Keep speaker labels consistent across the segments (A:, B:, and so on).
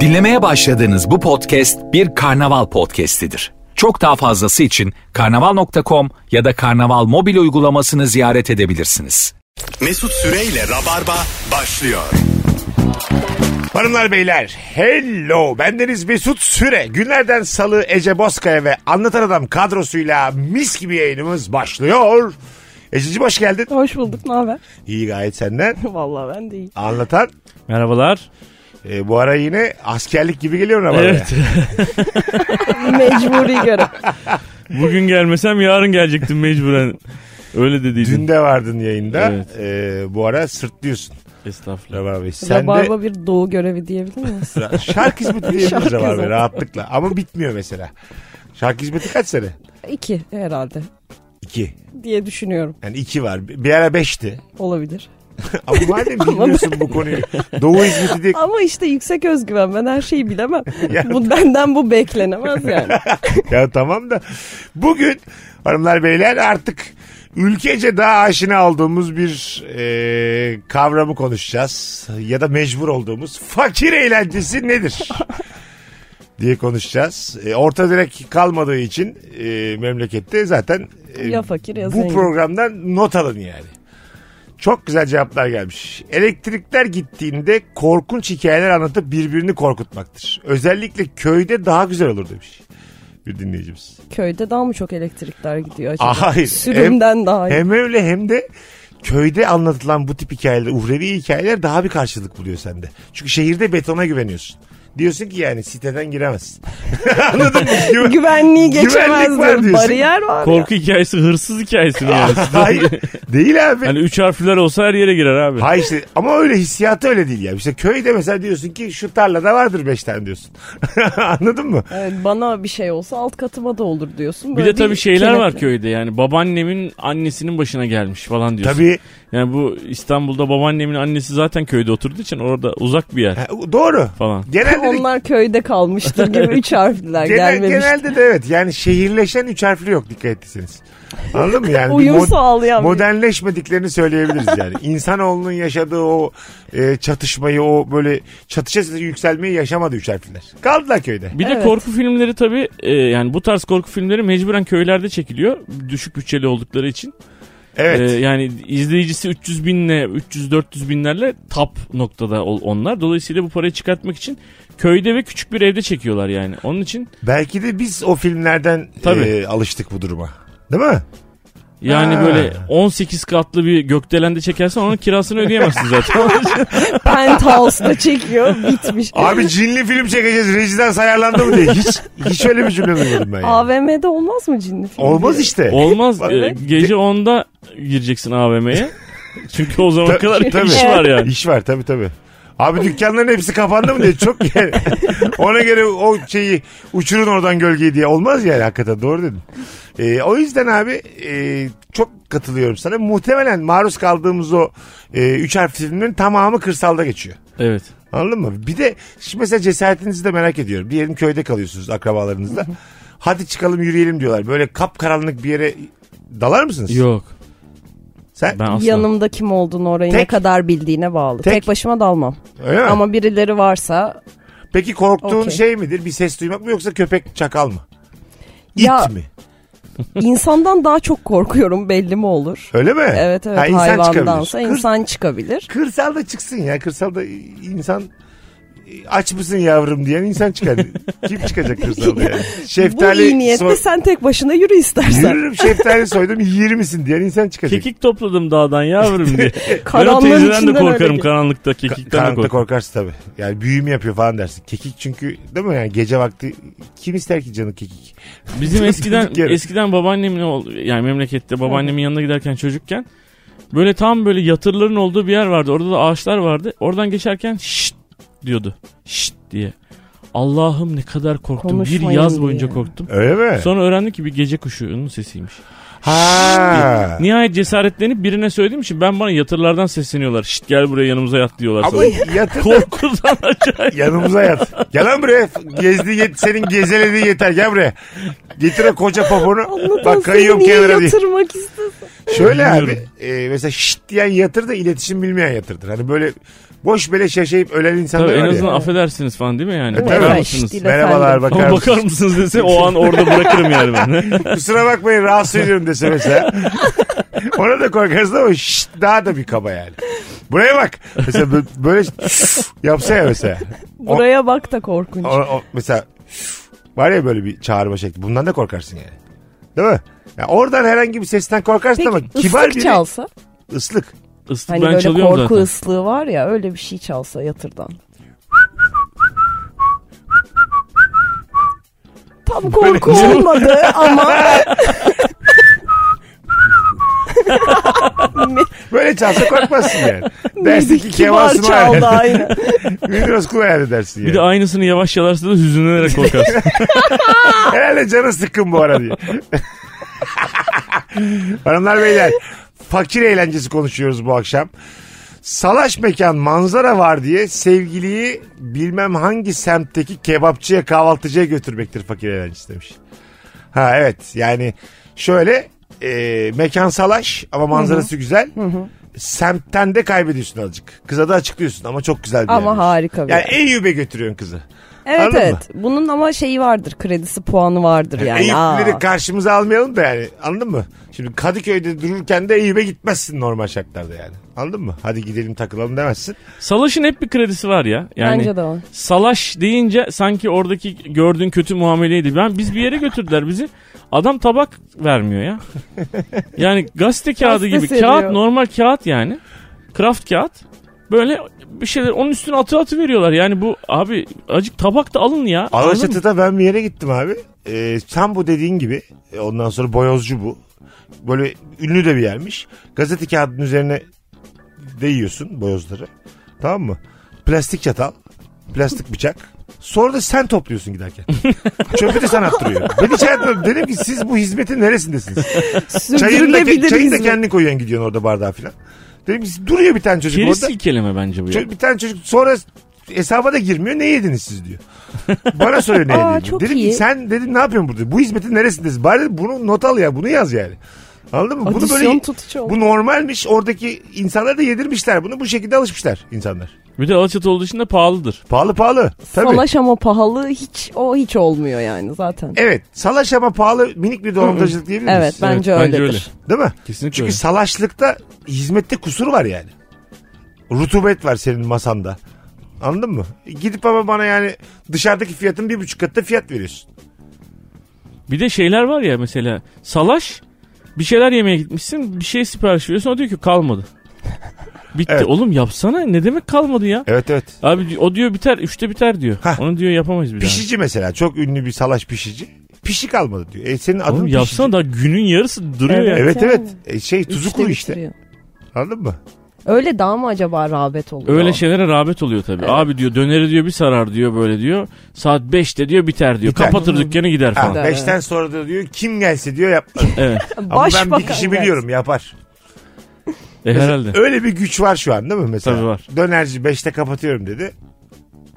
A: Dinlemeye başladığınız bu podcast bir karnaval podcastidir. Çok daha fazlası için karnaval.com ya da karnaval mobil uygulamasını ziyaret edebilirsiniz.
B: Mesut Süreyle Rabarba başlıyor.
C: Hanımlar beyler hello bendeniz Mesut Süre günlerden salı Ece Bozkaya ve Anlatan Adam kadrosuyla mis gibi yayınımız başlıyor. Ececiğim hoş geldin.
D: Hoş bulduk ne haber?
C: İyi gayet senden.
D: Vallahi ben de iyi.
C: Anlatan
E: Merhabalar.
C: e, bu ara yine askerlik gibi geliyor ama.
E: Evet.
D: Mecburi göre.
E: Bugün gelmesem yarın gelecektim mecburen. Öyle dediydin.
C: Dün de vardın yayında.
E: Evet.
C: E, bu ara sırtlıyorsun
E: Estağfurullah.
C: Rabar Bey. Sen
D: Rabarba
C: de
D: bir doğu görevi diyebilir miyiz?
C: şarkı hizmeti diyebiliriz
D: Şarkı
C: Rabar Bey
D: zaten.
C: rahatlıkla ama bitmiyor mesela. Şarkı hizmeti kaç sene?
D: İki herhalde
C: İki.
D: diye düşünüyorum.
C: Yani iki var. Bir ara beşti.
D: Olabilir.
C: Ama madem bilmiyorsun bu konuyu. Doğu hizmeti diye
D: Ama işte yüksek özgüven ben her şeyi bilemem.
C: Ya-
D: bu benden bu beklenemez yani.
C: ya tamam da bugün hanımlar beyler artık ülkece daha aşina olduğumuz bir e, kavramı konuşacağız. Ya da mecbur olduğumuz fakir eğlencesi nedir? diye konuşacağız. E, orta direk kalmadığı için e, memlekette zaten e,
D: Ya fakir ya
C: bu
D: zengin.
C: programdan not alın yani. Çok güzel cevaplar gelmiş. Elektrikler gittiğinde korkunç hikayeler anlatıp birbirini korkutmaktır. Özellikle köyde daha güzel olur demiş bir dinleyicimiz.
D: Köyde daha mı çok elektrikler gidiyor acaba?
C: Aa, hayır.
D: Sürümden daha iyi.
C: Hem öyle hem de köyde anlatılan bu tip hikayeler, uhrevi hikayeler daha bir karşılık buluyor sende. Çünkü şehirde betona güveniyorsun. Diyorsun ki yani siteden giremezsin. Anladın mı? Güven-
D: Güvenliği
C: Güvenlik
D: geçemez
C: var
D: diyorum.
C: diyorsun.
D: Bariyer var ya.
E: Korku hikayesi hırsız hikayesi mi yani?
C: Hayır. Değil abi.
E: hani üç harfler olsa her yere girer abi.
C: Hayır işte ama öyle hissiyatı öyle değil ya. İşte köyde mesela diyorsun ki şu tarlada vardır beş tane diyorsun. Anladın mı?
D: Evet, bana bir şey olsa alt katıma da olur diyorsun.
E: bir
D: Böyle
E: de tabii şeyler
C: şey
E: var
D: kenetle.
E: köyde yani babaannemin annesinin başına gelmiş falan diyorsun.
C: Tabii.
E: Yani bu İstanbul'da babaannemin annesi zaten köyde oturduğu için orada uzak bir yer
C: Ha, Doğru.
E: falan.
C: Genelde de,
D: Onlar köyde kalmıştır gibi üç harfliler
C: genel-
D: gelmemiştir.
C: genelde de evet. Yani şehirleşen üç harfli yok dikkat ettiyseniz. Anladın mı? Yani bir
D: Uyum
C: mod-
D: sağlayan bir-
C: modernleşmediklerini söyleyebiliriz yani. İnsanoğlunun yaşadığı o e, çatışmayı, o böyle çatışa yükselmeyi yaşamadı üç harfliler. Kaldılar köyde.
E: Bir de
D: Evet.
E: korku filmleri tabii e, yani bu tarz korku filmleri mecburen köylerde çekiliyor. Düşük bütçeli oldukları için.
C: Evet.
E: Ee, yani izleyicisi 300 binle 300-400 binlerle tap noktada ol- onlar. Dolayısıyla bu parayı çıkartmak için köyde ve küçük bir evde çekiyorlar yani. Onun için
C: Belki de biz o filmlerden
E: Tabii.
C: e, alıştık bu duruma. Değil mi?
E: yani
C: Ha.
E: böyle 18 katlı bir gökdelende çekersen onun kirasını ödeyemezsin zaten.
D: penthouse'da çekiyor bitmiş.
C: Abi cinli film çekeceğiz. Rejiden sayarlandı mı diye. Hiç hiç öyle bir cümle duymadım ben. yani.
D: AVM'de olmaz mı cinli film?
C: Olmaz işte.
E: Olmaz.
C: Bak-
E: Ee, gece 10'da gireceksin AVM'ye. Çünkü o zaman
C: Ta-
E: kadar
C: tabii.
E: iş var yani.
C: İş var tabii tabii. Abi dükkanların hepsi kapandı mı diye çok yani. Ona göre o şeyi uçurun oradan gölgeyi diye olmaz yani hakikaten doğru dedin. Ee, o yüzden abi e, çok katılıyorum sana. Muhtemelen maruz kaldığımız o e, üç harf filmlerin tamamı kırsalda geçiyor.
E: Evet.
C: Anladın mı? Bir de şimdi mesela cesaretinizi de merak ediyorum. Diyelim köyde kalıyorsunuz akrabalarınızla. Hadi çıkalım yürüyelim diyorlar. Böyle kapkaranlık bir yere dalar mısınız?
E: Yok.
C: Sen
E: Ben asla.
D: Yanımda kim olduğunu orayı ne
C: Tek.
D: kadar bildiğine bağlı.
C: Tek.
D: Tek, başıma dalmam.
C: öyle mi?
D: Ama birileri varsa
C: Peki korktuğun
D: Okey.
C: şey midir? Bir ses duymak mı yoksa köpek çakal mı? İt
D: Ya-
C: mi?
D: insandan daha çok korkuyorum belli mi olur?
C: Öyle mi?
D: Evet evet
C: Ha, insan
D: hayvandansa
C: çıkabilir. Kır-
D: insan çıkabilir.
C: Kırsalda çıksın ya. Kırsalda insan aç mısın yavrum diyen insan çıkar. Kim çıkacak kırsalda yani? Şeftali
D: Bu iyi niyetle
C: soy-
D: sen tek başına yürü istersen.
C: Yürürüm şeftali soydum yer misin diyen insan çıkacak.
E: Kekik topladım dağdan yavrum diye. ben o
D: Karanlığın
E: teyzeden de
D: içinden öyle
E: korkarım
D: gel.
E: karanlıkta
C: Ka-
E: kekikten de
C: Karanlıkta
E: korkarım.
C: korkarsın tabii. Yani büyü mü yapıyor falan dersin. Kekik çünkü değil mi yani gece vakti kim ister ki canı kekik?
E: Bizim eskiden
C: Durduk yere.
E: eskiden babaannemin ol- yani memlekette babaannemin yanına giderken çocukken böyle tam böyle yatırların olduğu bir yer vardı. Orada da ağaçlar vardı. Oradan geçerken şşt diyordu. Şşt diye. Allah'ım ne kadar korktum. bir
D: Konuşmayın
E: yaz boyunca
D: diye.
E: korktum.
C: Öyle mi?
E: Sonra öğrendim ki bir gece kuşunun sesiymiş.
C: ha.
E: Nihayet cesaretlenip birine söylediğim için ben bana yatırlardan sesleniyorlar. Şşt gel buraya yanımıza yat diyorlar.
C: Ama
E: Sonra.
C: yatır
E: Korkudan acayip.
C: Yanımıza yat. Gel lan buraya. Gezdi, yet, senin gezelediğin yeter. Gel buraya. Getir o koca poponu.
D: Anlatan
C: Bak kayıyorum
D: seni niye
C: kenara diye.
D: yatırmak istesin.
C: Şöyle abi.
E: Bilmiyorum.
C: e, mesela şşt diyen yatır da iletişim bilmeyen yatırdır. Hani böyle Boş beleş yaşayıp ölen insanlar
E: Tabii en
C: var ya.
E: azından affedersiniz falan değil mi yani?
C: E, tabii.
E: Bakar
C: Evet.
E: mısınız?
D: Değil
C: Merhabalar
D: efendim.
C: bakar
E: Ama bakar
C: mısınız?
E: mısınız dese o an orada bırakırım yani ben.
C: Kusura bakmayın rahatsız ediyorum dese mesela. Ona da korkarsın ama şşt daha da bir kaba yani. Buraya bak. Mesela bö- böyle yapsa ya mesela.
D: Buraya bak da korkunç.
C: O, o- mesela var ya böyle bir çağırma şekli. Bundan da korkarsın yani. Değil mi? Ya oradan herhangi bir sesten korkarsın
D: Peki
C: ama kibar
D: ıslık
C: biri
D: çalsa?
C: ıslık.
E: Islık
D: Hani
E: ben
D: böyle
E: çalıyorum
D: korku
E: zaten.
D: ıslığı var ya öyle bir şey çalsa yatırdan. Tam korku
C: Böyle- şey-
D: olmadı ama
C: Böyle çalsa korkmazsın yani. dersin ki Kemal
D: kibar
C: Sunal.
D: çaldı aynı.
C: Münir Özkul yani dersin yani.
E: Bir de aynısını yavaş çalarsa da hüzünlenerek korkarsın.
C: Herhalde canı sıkkın bu ara diye. Hanımlar beyler fakir eğlencesi konuşuyoruz bu akşam. Salaş mekan manzara var diye sevgiliyi bilmem hangi semtteki kebapçıya kahvaltıcıya götürmektir fakir eğlencesi demiş. Ha evet yani şöyle e, mekan salaş ama manzarası güzel. Semtten de kaybediyorsun azıcık. Kıza da açıklıyorsun ama çok güzel bir
D: Ama
C: yermiş.
D: harika bir
C: Yani
D: yer.
C: Eyüp'e götürüyorsun kızı.
D: Evet
C: Anladın
D: evet. Bunun ama şeyi vardır. Kredisi puanı vardır yani.
C: Eyüplüleri
D: Aa.
C: karşımıza almayalım da yani anladın mı? Şimdi Kadıköy'de dururken de Eyüp'e gitmezsin normal şartlarda yani. Anladın mı? Hadi gidelim takılalım demezsin.
E: Salaş'ın hep bir kredisi var ya. Yani
D: Bence de var.
E: Salaş deyince sanki oradaki gördüğün kötü muameleydi. Ben biz bir yere götürdüler bizi. Adam tabak vermiyor ya. Yani gazete kağıdı
D: Gazete
E: gibi.
D: seriyor.
E: Kağıt normal kağıt yani. Kraft kağıt. Böyle bir şeyler onun üstüne atı atı veriyorlar. Yani bu abi acık tabak da alın ya. Anladın mı?
C: Alaçatı'da ben bir yere gittim abi. Ee, tam bu dediğin gibi e, ondan sonra boyozcu bu. Böyle ünlü de bir yermiş. Gazete kağıdının üzerine de yiyorsun boyozları. Tamam mı? Plastik çatal, plastik bıçak. Sonra da sen topluyorsun giderken. Çöpü de sen attırıyor. Ben hiç hayatımda dedim ki siz bu hizmetin neresindesiniz? Çayını da,
D: Sürdürülebilir
C: çayını da
D: hizmet.
C: kendin koyuyorsun gidiyorsun orada bardağa filan. Dedim ki duruyor bir tane çocuk
E: Keriz
C: orada.
E: silkeleme bence bu ya.
C: Çö- bir tane çocuk sonra hesaba da girmiyor. Ne yediniz siz diyor. Bana soruyor ne
D: Aa,
C: yediniz.
D: çok
C: dedim ki
D: iyi.
C: sen dedim ne yapıyorsun burada? Bu hizmetin neresindesin? Bari dedim, bunu not al ya bunu yaz yani. Anladın mı? Bunu
D: Adisyon
C: böyle
D: tutucu oldu.
C: bu normalmiş. Oradaki insanlar da yedirmişler bunu. Bu şekilde alışmışlar insanlar.
E: Bir de Alaçatı olduğu için de pahalıdır.
C: Pahalı pahalı. Tabii.
D: Salaş ama pahalı hiç o hiç olmuyor yani zaten.
C: Evet. Salaş ama pahalı minik bir dolandırıcılık diyebilir miyiz?
D: Evet bence
E: Evet,
D: öyledir.
E: bence
C: Değil mi?
E: Kesinlikle
C: Çünkü
E: öyle.
C: salaşlıkta hizmette kusur var yani. Rutubet var senin masanda. Anladın mı? Gidip ama bana yani dışarıdaki fiyatın bir buçuk katı fiyat veriyorsun.
E: Bir de şeyler var ya mesela salaş bir şeyler yemeye gitmişsin bir şey sipariş veriyorsun o diyor ki kalmadı. Bitti.
C: Evet.
E: Oğlum yapsana ne demek kalmadı ya?
C: Evet evet.
E: Abi o diyor biter üçte biter diyor.
C: Hah.
E: Onu diyor yapamayız bir daha.
C: Pişici mesela çok ünlü bir salaş pişici. Pişi kalmadı diyor. E senin adın
E: Oğlum
C: pişici.
E: yapsana da günün yarısı duruyor ya.
C: Evet
D: Yani.
C: evet. E, şey tuzu
D: Üçte
C: kuru işte.
D: bitiriyor.
C: Anladın mı?
D: Öyle daha mı acaba rağbet oluyor?
E: Öyle
C: şey-
E: şeylere rağbet oluyor tabii. Abi diyor döneri diyor bir sarar diyor böyle diyor. Saat 5'te diyor biter diyor.
C: Biter.
E: Kapatır dükkanı gider
C: Ha,
E: falan.
D: Evet.
C: beşten sonra da diyor kim gelse diyor yapmaz.
E: Evet.
C: Ama
D: Baş
C: ben bir kişi biliyorum yapar.
E: E, herhalde.
C: Öyle bir güç var şu an değil mi mesela?
E: Tabii var.
C: Dönerci 5'te kapatıyorum dedi.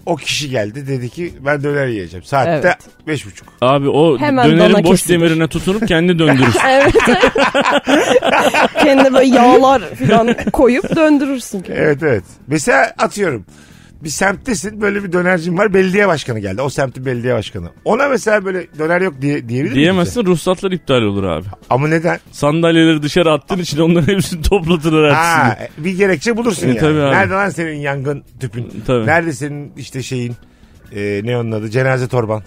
C: O kişi geldi dedi ki ben döner yiyeceğim. Saatte
D: Evet.
C: beş buçuk.
E: Abi o
D: Hemen
E: dönerin
D: dona
E: boş
D: kesilir.
E: demirine tutunup kendi döndürür.
D: Evet. Kendine böyle yağlar falan koyup döndürürsün. ki.
C: Evet evet. Mesela atıyorum bir semttesin böyle bir dönercin var belediye başkanı geldi. O semtin belediye başkanı. Ona mesela böyle döner yok diye, diyebilir miyiz?
E: Diyemezsin ruhsatlar iptal olur abi.
C: Ama neden?
E: Sandalyeleri dışarı attığın için onların hepsini toplatırlar
C: Ha,
E: ertesi
C: bir gerekçe bulursun
E: E,
C: yani.
E: tabii abi.
C: Nerede lan senin yangın tüpün?
E: Tabii.
C: Nerede senin işte şeyin e, ne onun adı cenaze torban?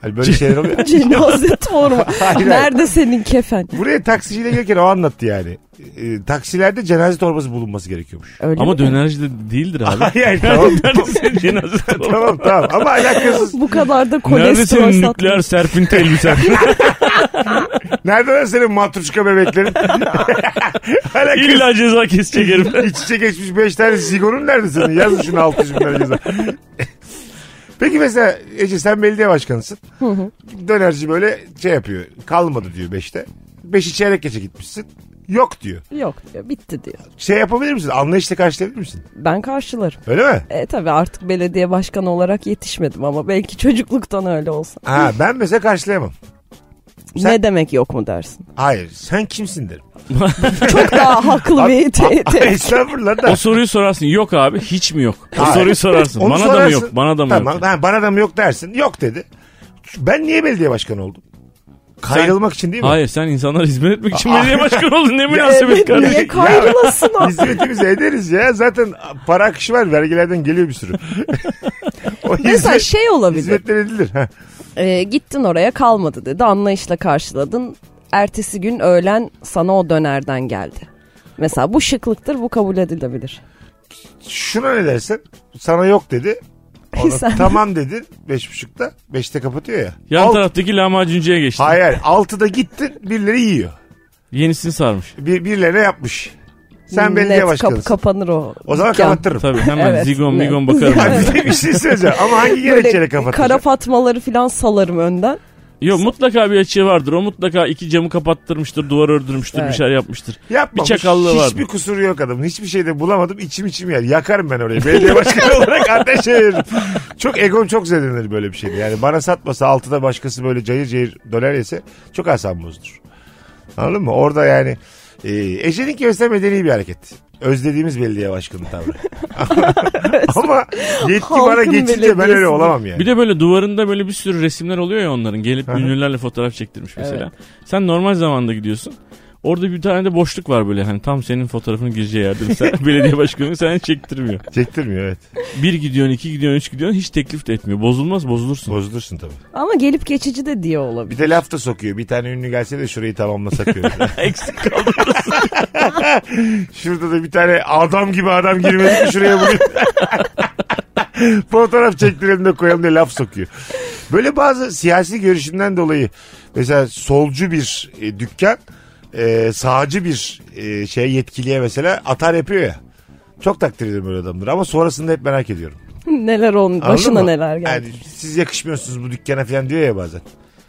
C: Hani böyle şeyler oluyor.
D: Cenaze torba.
C: hayır.
D: Nerede senin kefen?
C: Buraya taksiciyle gelirken o anlattı yani. E, taksilerde cenaze torbası bulunması gerekiyormuş.
D: Öyle
E: Ama
D: mi?
E: dönerci de değildir abi.
C: Yani tamam,
E: Neredesin cenaze torba?
C: tamam tamam ama alakasız.
D: Bu kadar da
E: Nerede
D: kolesterol
E: senin
D: satmıyor.
E: nükleer serpinti elbisen?
C: Nerede lan senin matruşka bebeklerin? alakasız.
E: İlla ceza kesecek herif.
C: İç içe geçmiş 5 tane sigonun nerede senin? Yazın şunu 600 bin lira ceza. Peki mesela Ece sen belediye başkanısın. Dönerci böyle şey yapıyor. Kalmadı diyor 5'te. 5'i çeyrek geçe gitmişsin. Yok diyor.
D: Yok diyor bitti diyor.
C: Şey yapabilir misin? Anlayışla karşılayabilir misin?
D: Ben karşılarım.
C: Öyle mi?
D: E tabi artık belediye başkanı olarak yetişmedim ama belki çocukluktan öyle olsa.
C: Ha ben mesela karşılayamam. Sen-
D: Ne demek yok mu dersin?
C: Hayır sen kimsin derim.
D: Çok daha haklı bir te- te-
C: Estağfurullah da.
E: O soruyu sorarsın. Yok abi hiç mi yok? O
C: Hayır.
E: soruyu sorarsın.
C: Onu
E: bana da mı
C: sorarsın.
E: yok? Bana da mı
C: tamam,
E: yok?
C: ha, bana da mı yok dersin. Yok dedi. Ben niye belediye başkanı oldum? Kayrılmak için değil mi?
E: Hayır sen insanlara hizmet etmek için belediye başkanı oldun. Ne
D: evet,
E: münasebet kardeşim.
D: Niye kayrılasın o?
C: Hizmetimizi ederiz ya. Zaten para akışı var. Vergilerden geliyor bir sürü. o
D: Mesela
C: hizmet-
D: şey olabilir.
C: Hizmetler edilir. Ha.
D: Ee, gittin oraya kalmadı dedi. Anlayışla karşıladın. Ertesi gün öğlen sana o dönerden geldi. Mesela bu şıklıktır, bu kabul edilebilir.
C: Şuna ne dersin? Sana yok dedi. Ona
D: Sen-
C: tamam dedin. Beş buçukta. Beşte kapatıyor ya.
E: Yan
C: Alt-
E: taraftaki lahmacuncuya geçti.
C: Hayır. Altıda gittin. Birileri yiyor.
E: Yenisini sarmış.
C: Bir, birilerine yapmış. Sen belediye
D: Net
C: başkanısın.
D: kap- kapanır o.
C: o zaman
D: dükkan.
C: kapatırım.
E: Tabii hemen
D: Evet,
E: zigon
D: ne?
E: migon bakarım.
C: Ha, bir de bir şey söyleyeceğim. Ama hangi gerekçeyle
D: Böyle
C: kapatacağım?
D: kara fatmaları falan salarım önden.
E: Yok mutlaka bir açığı vardır. O mutlaka iki camı kapattırmıştır, duvar ördürmüştür, bir
D: Evet.
E: şeyler yapmıştır.
C: Yapmamış.
E: Bir çakallığı
C: Hiçbir
E: vardı.
C: kusuru yok adamın. Hiçbir şey de bulamadım. İçim içim yer. Yakarım ben orayı. Belediye başkanı olarak ateş veririm. Çok egom çok zedelenir böyle bir şeyde. Yani bana satmasa altıda başkası böyle cayır cayır döner yese çok asam bozulur. Anladın mı? Orada yani e, Ece'nin mesela medeni bir hareket. Özlediğimiz belediye başkanı tavrı. Ama yetki bana
D: Halkın
C: geçince ben öyle
D: belediyesi.
C: olamam yani.
E: Bir de böyle duvarında böyle bir sürü resimler oluyor ya onların. Gelip ünlülerle fotoğraf çektirmiş mesela. Sen normal zamanda gidiyorsun. Orada bir tane de boşluk var böyle hani tam senin fotoğrafını gireceği yerde. Sen belediye başkanı seni çektirmiyor.
C: Çektirmiyor evet.
E: Bir gidiyorsun, iki gidiyorsun, üç gidiyorsun hiç teklif de etmiyor. Bozulmaz bozulursun.
C: Bozulursun tabii.
D: Ama gelip geçici de diye olabilir.
C: Bir de laf da sokuyor. Bir tane ünlü gelse de şurayı tamamlasak diyor.
E: Eksik
C: Şurada da bir tane adam gibi adam girmedi ki şuraya bugün. Fotoğraf çektirelim de koyalım diye laf sokuyor. Böyle bazı siyasi görüşünden dolayı mesela solcu bir e, dükkan e, sağcı bir e, şey yetkiliye mesela atar yapıyor ya. Çok takdir ederim böyle adamları ama sonrasında hep merak ediyorum.
D: neler onun
C: Anladın
D: başına
C: mı?
D: neler geldi.
C: Yani siz yakışmıyorsunuz bu dükkana falan diyor ya bazen.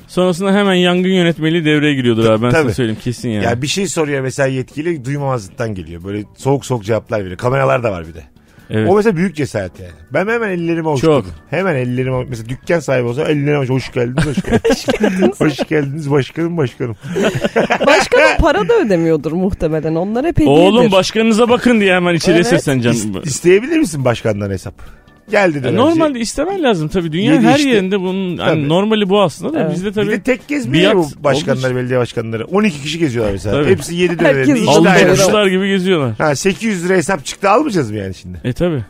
E: Sonrasında hemen yangın yönetmeliği devreye giriyordur abi ben
C: Tabii.
E: sana söyleyeyim kesin yani.
C: Ya bir şey soruyor mesela yetkili duymamazlıktan geliyor. Böyle soğuk soğuk cevaplar veriyor. Kameralar da var bir de.
E: evet.
C: O mesela büyük cesaret yani. Ben hemen ellerimi
E: Çok.
C: avuçladım. Hemen ellerimi avuç- Mesela dükkan sahibi olsa ellerimi avuç. Hoş geldiniz başkanım. hoş geldiniz başkanım başkanım.
D: Başkanın para da ödemiyordur muhtemelen. Onlar hep hediyedir.
E: Oğlum başkanınıza bakın diye hemen içeriye
D: Evet.
E: sesleneceğim.
C: İs- isteyebilir misin başkandan hesap? Geldi de.
E: Ya Normalde istemen lazım tabii. Dünyanın
C: Yedi
E: her
C: işte.
E: yerinde bunun hani
C: Tabii.
E: normali bu aslında da
D: Evet.
E: bizde
C: Bir
E: tabii
C: de tek gezmiyor ya
E: Biat
C: bu başkanlar, belediye başkanları. 12 kişi geziyorlar mesela.
E: Tabii.
C: Hepsi 7
D: Herkes
C: dönemde. iki
D: aldı
C: daire.
D: başını.
E: aldatmışlar gibi geziyorlar.
C: Ha, 800 lira hesap çıktı almayacağız mı yani şimdi?
E: E tabii.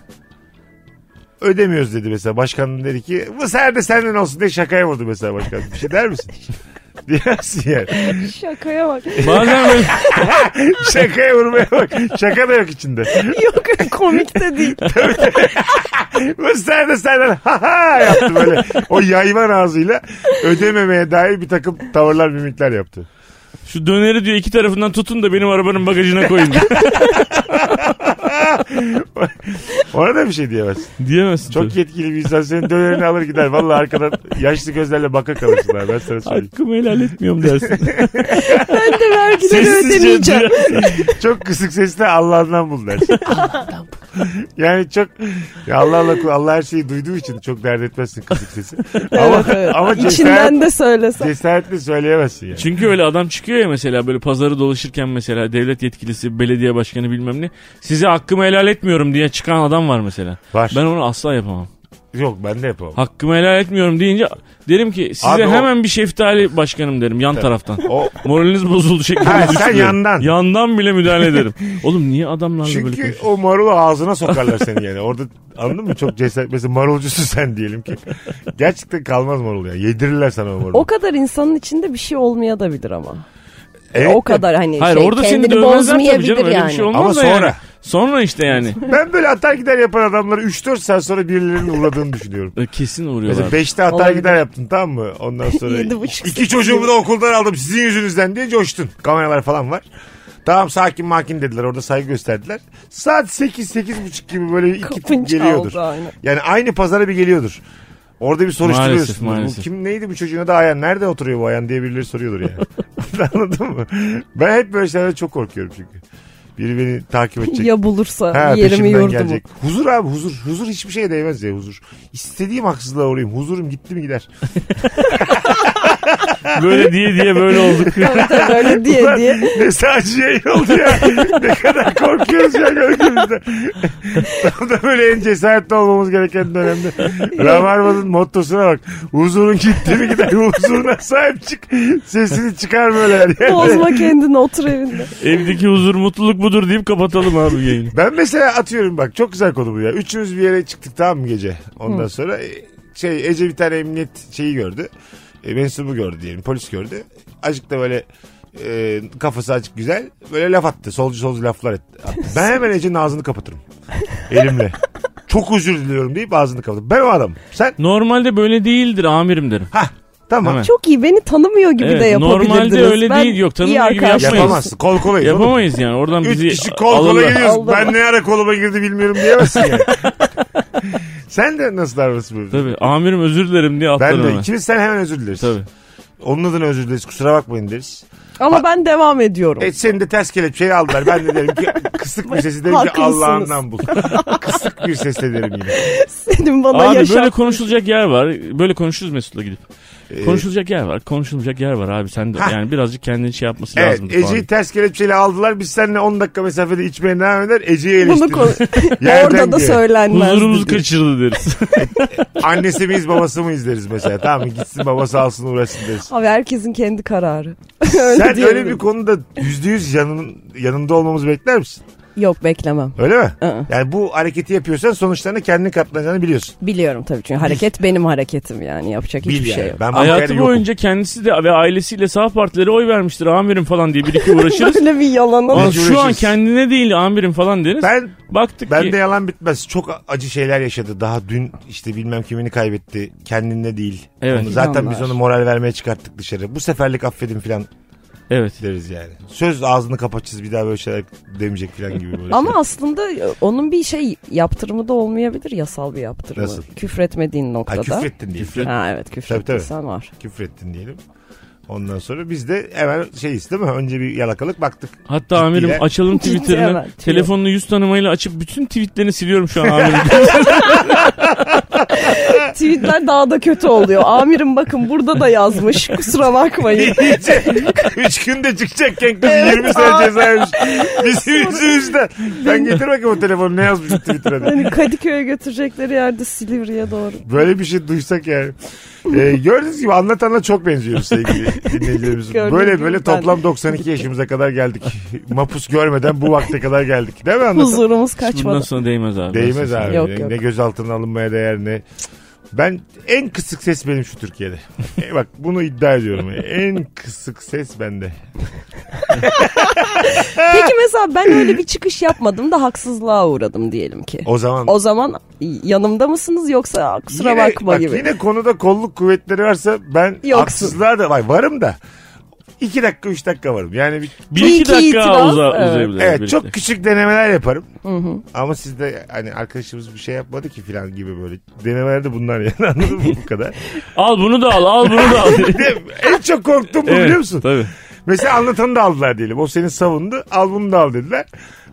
C: Ödemiyoruz dedi mesela. Başkan dedi ki bu sefer de senden olsun diye şakaya vurdu mesela başkan. Bir şey der misin? Diyersin yani.
D: Şakaya bak.
E: Bazen böyle
C: Şakaya vurmaya bak. Şaka da yok içinde.
D: Yok komik de değil.
C: Sen de senden ha ha yaptı böyle. O yayvan ağzıyla ödememeye dair bir takım tavırlar mimikler yaptı.
E: şu döneri diyor iki tarafından tutun da benim arabanın bagajına koyun diyor.
C: Ona da bir şey diyemez.
E: Diyemezsin
C: Çok
E: tabii.
C: yetkili bir insan senin dönerini alır gider. Vallahi arkadan yaşlı gözlerle baka kalırsın abi. Ben sana söyleyeyim.
E: Hakkımı helal etmiyorum dersin.
D: Ben de vergileri ödemeyeceğim.
C: Çok kısık sesle Allah'ından bul dersin. Yani çok ya Allah Allah Allah her şeyi duyduğu için çok dert etmezsin kısık sesi. Ama
D: Evet, evet.
C: ama cesaret,
D: İçinden de söylesen.
C: cesaretle söyleyemezsin yani.
E: Çünkü öyle adam çıkıyor ya mesela böyle pazarı dolaşırken mesela devlet yetkilisi, belediye başkanı bilmem ne. Size hakkımı helal etmiyorum diye çıkan adam var mesela.
C: Var.
E: Ben onu asla yapamam.
C: Yok ben de yapamam.
E: Hakkımı helal etmiyorum deyince derim ki size
C: Abi o-
E: hemen bir şeftali başkanım derim yan taraftan.
C: O
E: Moraliniz bozuldu şeklinde
C: Ha, sen
E: düşünüyorum.
C: yandan.
E: Yandan bile müdahale ederim. Oğlum niye adamlarla böyle
C: Çünkü
E: konuşuyorsun?
C: o marulu ağzına sokarlar seni yani. Orada anladın mı? Çok cesaret. Mesela marulcusun sen diyelim ki. Gerçekten kalmaz marul ya. Yedirirler sana o marulu.
D: O kadar insanın içinde bir şey olmaya da bilir ama.
C: Evet de
D: o kadar hani
E: Hayır
D: şey,
E: orada seni
D: kendini
E: dövmezler tabii
D: bozmayabilir
E: canım öyle bir
D: yani.
E: şey olmaz
C: Ama
E: da
C: sonra.
E: yani. Sonra işte yani.
C: Ben böyle atar gider yapan adamları 3-4 saat sonra birilerinin uğradığını düşünüyorum.
E: E, Kesin
C: Mesela
E: uğruyorlar.
C: 5'te atar
D: Olabilir.
C: gider yaptın tamam mı? Ondan sonra
D: Yedi buçuk.
C: iki çocuğumu da okuldan aldım sizin yüzünüzden diye coştun. Kameralar falan var. Tamam sakin makin dediler orada saygı gösterdiler. Saat 8 buçuk gibi böyle iki
D: Kapın
C: tip geliyordur.
D: çaldı aynen.
C: Yani aynı pazara bir geliyordur. Orada bir
E: Maalesef,
C: soruşturuyorsun. Bu
E: maalesef.
C: kim neydi bu çocuğun adı Ayan? Nerede oturuyor bu Ayan diye birileri soruyordur yani. Anladın mı? Ben hep böyle şeylerden çok korkuyorum çünkü. Biri beni takip edecek.
D: Ya bulursa
C: Ha,
D: yerimi
C: peşimden
D: yurdumu.
C: gelecek. Huzur abi huzur. Huzur hiçbir şeye değmez ya huzur. İstediğim haksızlığa uğrayayım. Huzurum gitti mi gider.
E: Böyle diye diye böyle olduk.
D: Tabii böyle diye
C: Ulan
D: E, diye.
C: Ne sadece yayın oldu ya. ne kadar korkuyoruz ya gördüğümüzde. Tam da böyle en cesaretli olmamız gereken dönemde. Rabarba'nın mottosuna bak. Huzurun gitti mi gider. Huzuruna sahip çık. Sesini çıkar böyle her yerde.
D: Bozma kendini otur evinde.
E: Evdeki huzur mutluluk budur deyip kapatalım abi yayını.
C: Ben mesela atıyorum bak çok güzel konu bu ya. Üçümüz bir yere çıktık tamam mı gece? Ondan sonra e, şey Ece bir tane emniyet şeyi gördü. E, mensubu gördü diyelim polis gördü. Azıcık da böyle e, kafası açık güzel. Böyle laf attı. Solcu solcu laflar et- attı. Ben hemen Ece'nin ağzını kapatırım. Elimle. Çok özür diliyorum deyip ağzını kapatırım. Ben o adam. Sen?
E: Normalde böyle değildir amirim derim.
C: Hah. Tamam.
E: Hemen.
D: Çok iyi beni tanımıyor gibi
E: Evet,
D: de yapabilirdiniz.
E: normalde öyle
D: Ben
E: değil, yok, tanımıyor
D: iyi
E: gibi
D: arkadaşım.
E: yapmayın.
C: Yapamazsın. Kol kolayız. oğlum.
E: Yapamayız yani oradan
C: Üç
E: bizi
C: kişi kol kola
E: alırlar.
C: giriyoruz.
D: Alırlar.
C: Ben ne ara koluma girdi bilmiyorum diyemezsin yani. Sen de nasıl davranırsın böyle?
E: Tabii amirim özür dilerim diye atlarım
C: Ben de
E: hemen.
C: ikimiz sen hemen özür dileriz.
E: Tabii.
C: Onun adına özür dileriz kusura bakmayın deriz.
D: Ama ben devam ediyorum.
C: E senin de ters kelepçeyi aldılar. Ben de derim ki kısık bir sesi derim ki
D: Haklısınız.
C: Allah'ından bul. kısık bir sesle derim yine. E,
D: Senin bana
E: Abi
D: yaşa.
E: böyle konuşulacak yer var. Böyle konuşuruz Mesut'la gidip. Ee, Konuşulacak yer var. Konuşulacak yer var abi. Sen de
C: Hah.
E: yani birazcık kendini şey yapması
C: Evet
E: lazım.
C: Ece'yi ters kelepçeyle aldılar. Biz seninle 10 dakika mesafede içmeye devam eder. Ece'yi
D: Bunu
E: şey
C: eleştiririz.
D: konu-
C: Yerden
D: orada da
C: diye.
D: söylenmez.
E: Huzurumuzu kaçırdı deriz.
C: Annesi miyiz babası mıyız deriz mesela. Tamam mı? gitsin babası alsın uğraşsın deriz.
D: Abi herkesin kendi kararı.
C: Sen öyle
D: diyebilirim.
C: bir konuda yüzde yüz yanın, yanında olmamızı bekler misin?
D: Yok beklemem.
C: Öyle mi?
D: Hı.
C: Yani bu hareketi yapıyorsan sonuçlarına kendini katlanacağını biliyorsun.
D: Biliyorum tabii çünkü hareket benim hareketim yani yapacak
C: Bil
D: hiçbir
C: yani.
D: şey yok.
C: Ben bu hikayede
E: Hayatı
C: yokum.
E: boyunca kendisi de ve ailesiyle sağ partilere oy vermiştir amirim falan diye bir iki uğraşırız.
D: Böyle bir yalanın.
E: Ama
C: Biz
E: şu an
C: uğraşırız.
E: kendine değil amirim falan deriz.
C: Ben
E: Baktık
C: Ben
E: ki
C: de yalan bitmez. Çok acı şeyler yaşadı. Daha dün işte bilmem kimini kaybetti. Kendinde değil.
E: Evet.
C: Onu zaten
D: İnanlar.
C: biz onu moral vermeye çıkarttık dışarı. Bu seferlik affedin filan
E: evet.
C: deriz yani. Söz ağzını kapatacağız bir daha böyle şeyler demeyecek filan gibi. Böyle
D: Ama aslında onun bir şey yaptırımı da olmayabilir yasal bir yaptırımı.
C: Nasıl?
D: Küfretmediğin
C: şeyler. Ha,
D: noktada.
C: küfrettin diyelim. Küfrettin.
D: Ha evet küfrettiysen var.
C: diyelim. Ondan sonra biz de hemen şeyiz değil mi? Önce bir yalakalık baktık.
E: Hatta
C: Ciddi
E: amirim
C: ya.
E: açalım
D: Ciddi
E: Twitter'ını.
D: evet, tüyo.
E: Telefonunu yüz tanımayla açıp bütün tweetlerini siliyorum şu an amirim.
D: Tweetler daha da kötü oluyor. Amirim bakın burada da yazmış. Kusura bakmayın.
C: İyice 3 günde çıkacakken kız 20
D: Aa.
C: sene cezaymış. Bizim yüzümüzden. Sen getir bakayım o telefonu ne yazmış Twitter'da.
D: Hani Kadıköy'e götürecekleri yerde Silivri'ye doğru.
C: Böyle bir şey duysak yani. Ee, gördüğünüz gibi anlatanla çok benziyoruz sevgili dinleyicilerimiz.
D: Gördüğünüz
C: Böyle
D: gibi
C: böyle
D: ben-
C: toplam 92 yaşımıza kadar geldik. Mapus görmeden bu vakte kadar geldik. Değil mi anlatan?
D: Huzurumuz
E: Bundan
D: kaçmadı.
E: sonra değmez abi. Ben
C: Değmez
E: sana
C: abi.
D: Yok,
C: ne,
D: yok.
C: ne gözaltına alınmaya değer ne. Ben en kısık ses benim şu Türkiye'de. E bak bunu iddia ediyorum. En kısık ses bende.
D: Peki mesela ben öyle bir çıkış yapmadım da haksızlığa uğradım diyelim ki.
C: O zaman
D: O zaman yanımda mısınız yoksa "Aa, kusura
C: Yine-
D: bakma
C: bak
D: gibi.
C: Yine konuda kolluk kuvvetleri varsa ben
D: Yoksun.
C: haksızlığa da vay varım da. 2 dakika 3 dakika varım. Yani bir
E: Bir iki,
D: iki
E: dakika
D: itiraz,
E: uza,
D: evet.
E: uzayabilir.
C: Evet
E: birlikte.
C: çok küçük denemeler yaparım. Ama siz de hani arkadaşımız bir şey yapmadı ki falan gibi böyle. Denemeler de bunlar yani anladın mı bu kadar?
E: Al bunu da al al bunu da al.
C: Değil mi? en çok korktuğum bu
E: Evet,
C: biliyor musun?
E: Tabii.
C: Mesela anlatanı da aldılar diyelim. O seni savundu al bunu da al dediler.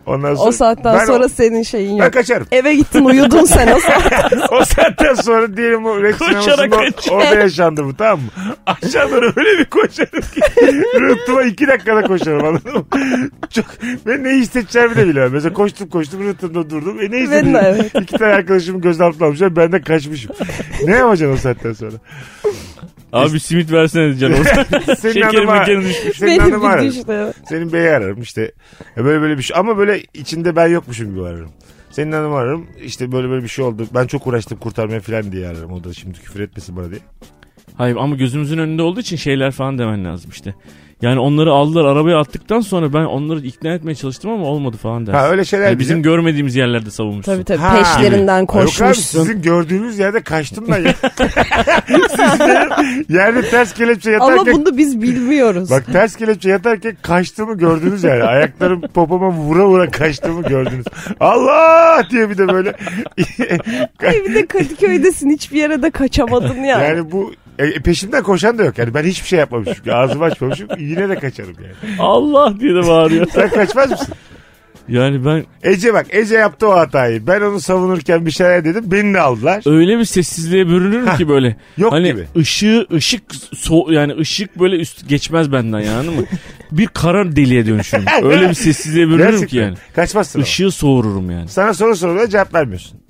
C: Ondan sonra
D: O saatten
C: ben
D: sonra senin şeyin
C: Ben
D: yok.
C: kaçarım.
D: Eve gittin uyudun sen o saat.
C: o saatten sonra diyelim o Rex
E: Koşarak
C: sinemasında
E: kaçıyor.
C: orada yaşandı bu tamam mı? Aşağı doğru öyle bir koşarım ki rıhtıma iki dakikada koşarım anladın mı? Çok, ben ne hissedeceğimi de bilmiyorum. Mesela koştum koştum rıhtımda durdum. E ne hissedeceğim?
D: evet.
C: İki tane arkadaşımı gözaltına almışlar ben de kaçmışım. ne yapacaksın o saatten sonra?
E: Abi simit versene diyeceksin orada.
C: Senin
E: Şekerim
C: hanımı
E: mekeni
C: ararım.
E: düşmüş.
C: Senin
D: Benim
C: hanımı
D: bir
C: ararım.
D: düştü.
C: Senin beyi ararım işte. E Böyle böyle bir şey. Ama böyle içinde ben yokmuşum gibi ararım. Senin hanımı ararım. İşte böyle böyle bir şey oldu. Ben çok uğraştım kurtarmaya falan diye ararım. O da şimdi küfür etmesin bana diye.
E: Hayır ama gözümüzün önünde olduğu için şeyler falan demen lazım işte. Yani onları aldılar arabaya attıktan sonra ben onları ikna etmeye çalıştım ama olmadı falan dersin.
C: Ha öyle şeyler
E: Yani
C: bizim
E: Hani bizim görmediğimiz yerlerde savunmuşsun.
D: Tabii tabii
C: Ha.
D: peşlerinden
C: Yok abi
D: koşmuşsun.
C: sizin gördüğünüz yerde kaçtım ben ya. Siz benim yerde ters kelepçe
D: Ama
C: yatarken...
D: bunu biz bilmiyoruz.
C: Bak ters kelepçe yatarken kaçtığımı gördünüz yani. Ayaklarım popoma vura vura kaçtığımı gördünüz. Allah diye bir de böyle.
D: Ay bir de Kadıköy'desin hiçbir yere de kaçamadın yani.
C: yani bu e, peşimden koşan da yok. Yani ben hiçbir şey yapmamışım. Ağzımı açmamışım. Yine de kaçarım yani.
E: Allah diye de bağırıyor.
C: Sen kaçmaz mısın?
E: Yani ben
C: Ece bak Ece yaptı o hatayı. Ben onu savunurken bir şeyler dedim. Beni de aldılar.
E: öyle bir sessizliğe bürünürüm ki böyle.
C: yok
E: hani
C: gibi.
E: ışığı ışık so yani ışık böyle üst geçmez benden yani anladın mı? bir karar deliğe dönüşürüm. Öyle bir sessizliğe bürünürüm ki
C: Gerçekten.
E: yani.
C: Kaçmazsın ama.
E: Işığı soğururum yani.
C: Sana soru soruluyor cevap vermiyorsun.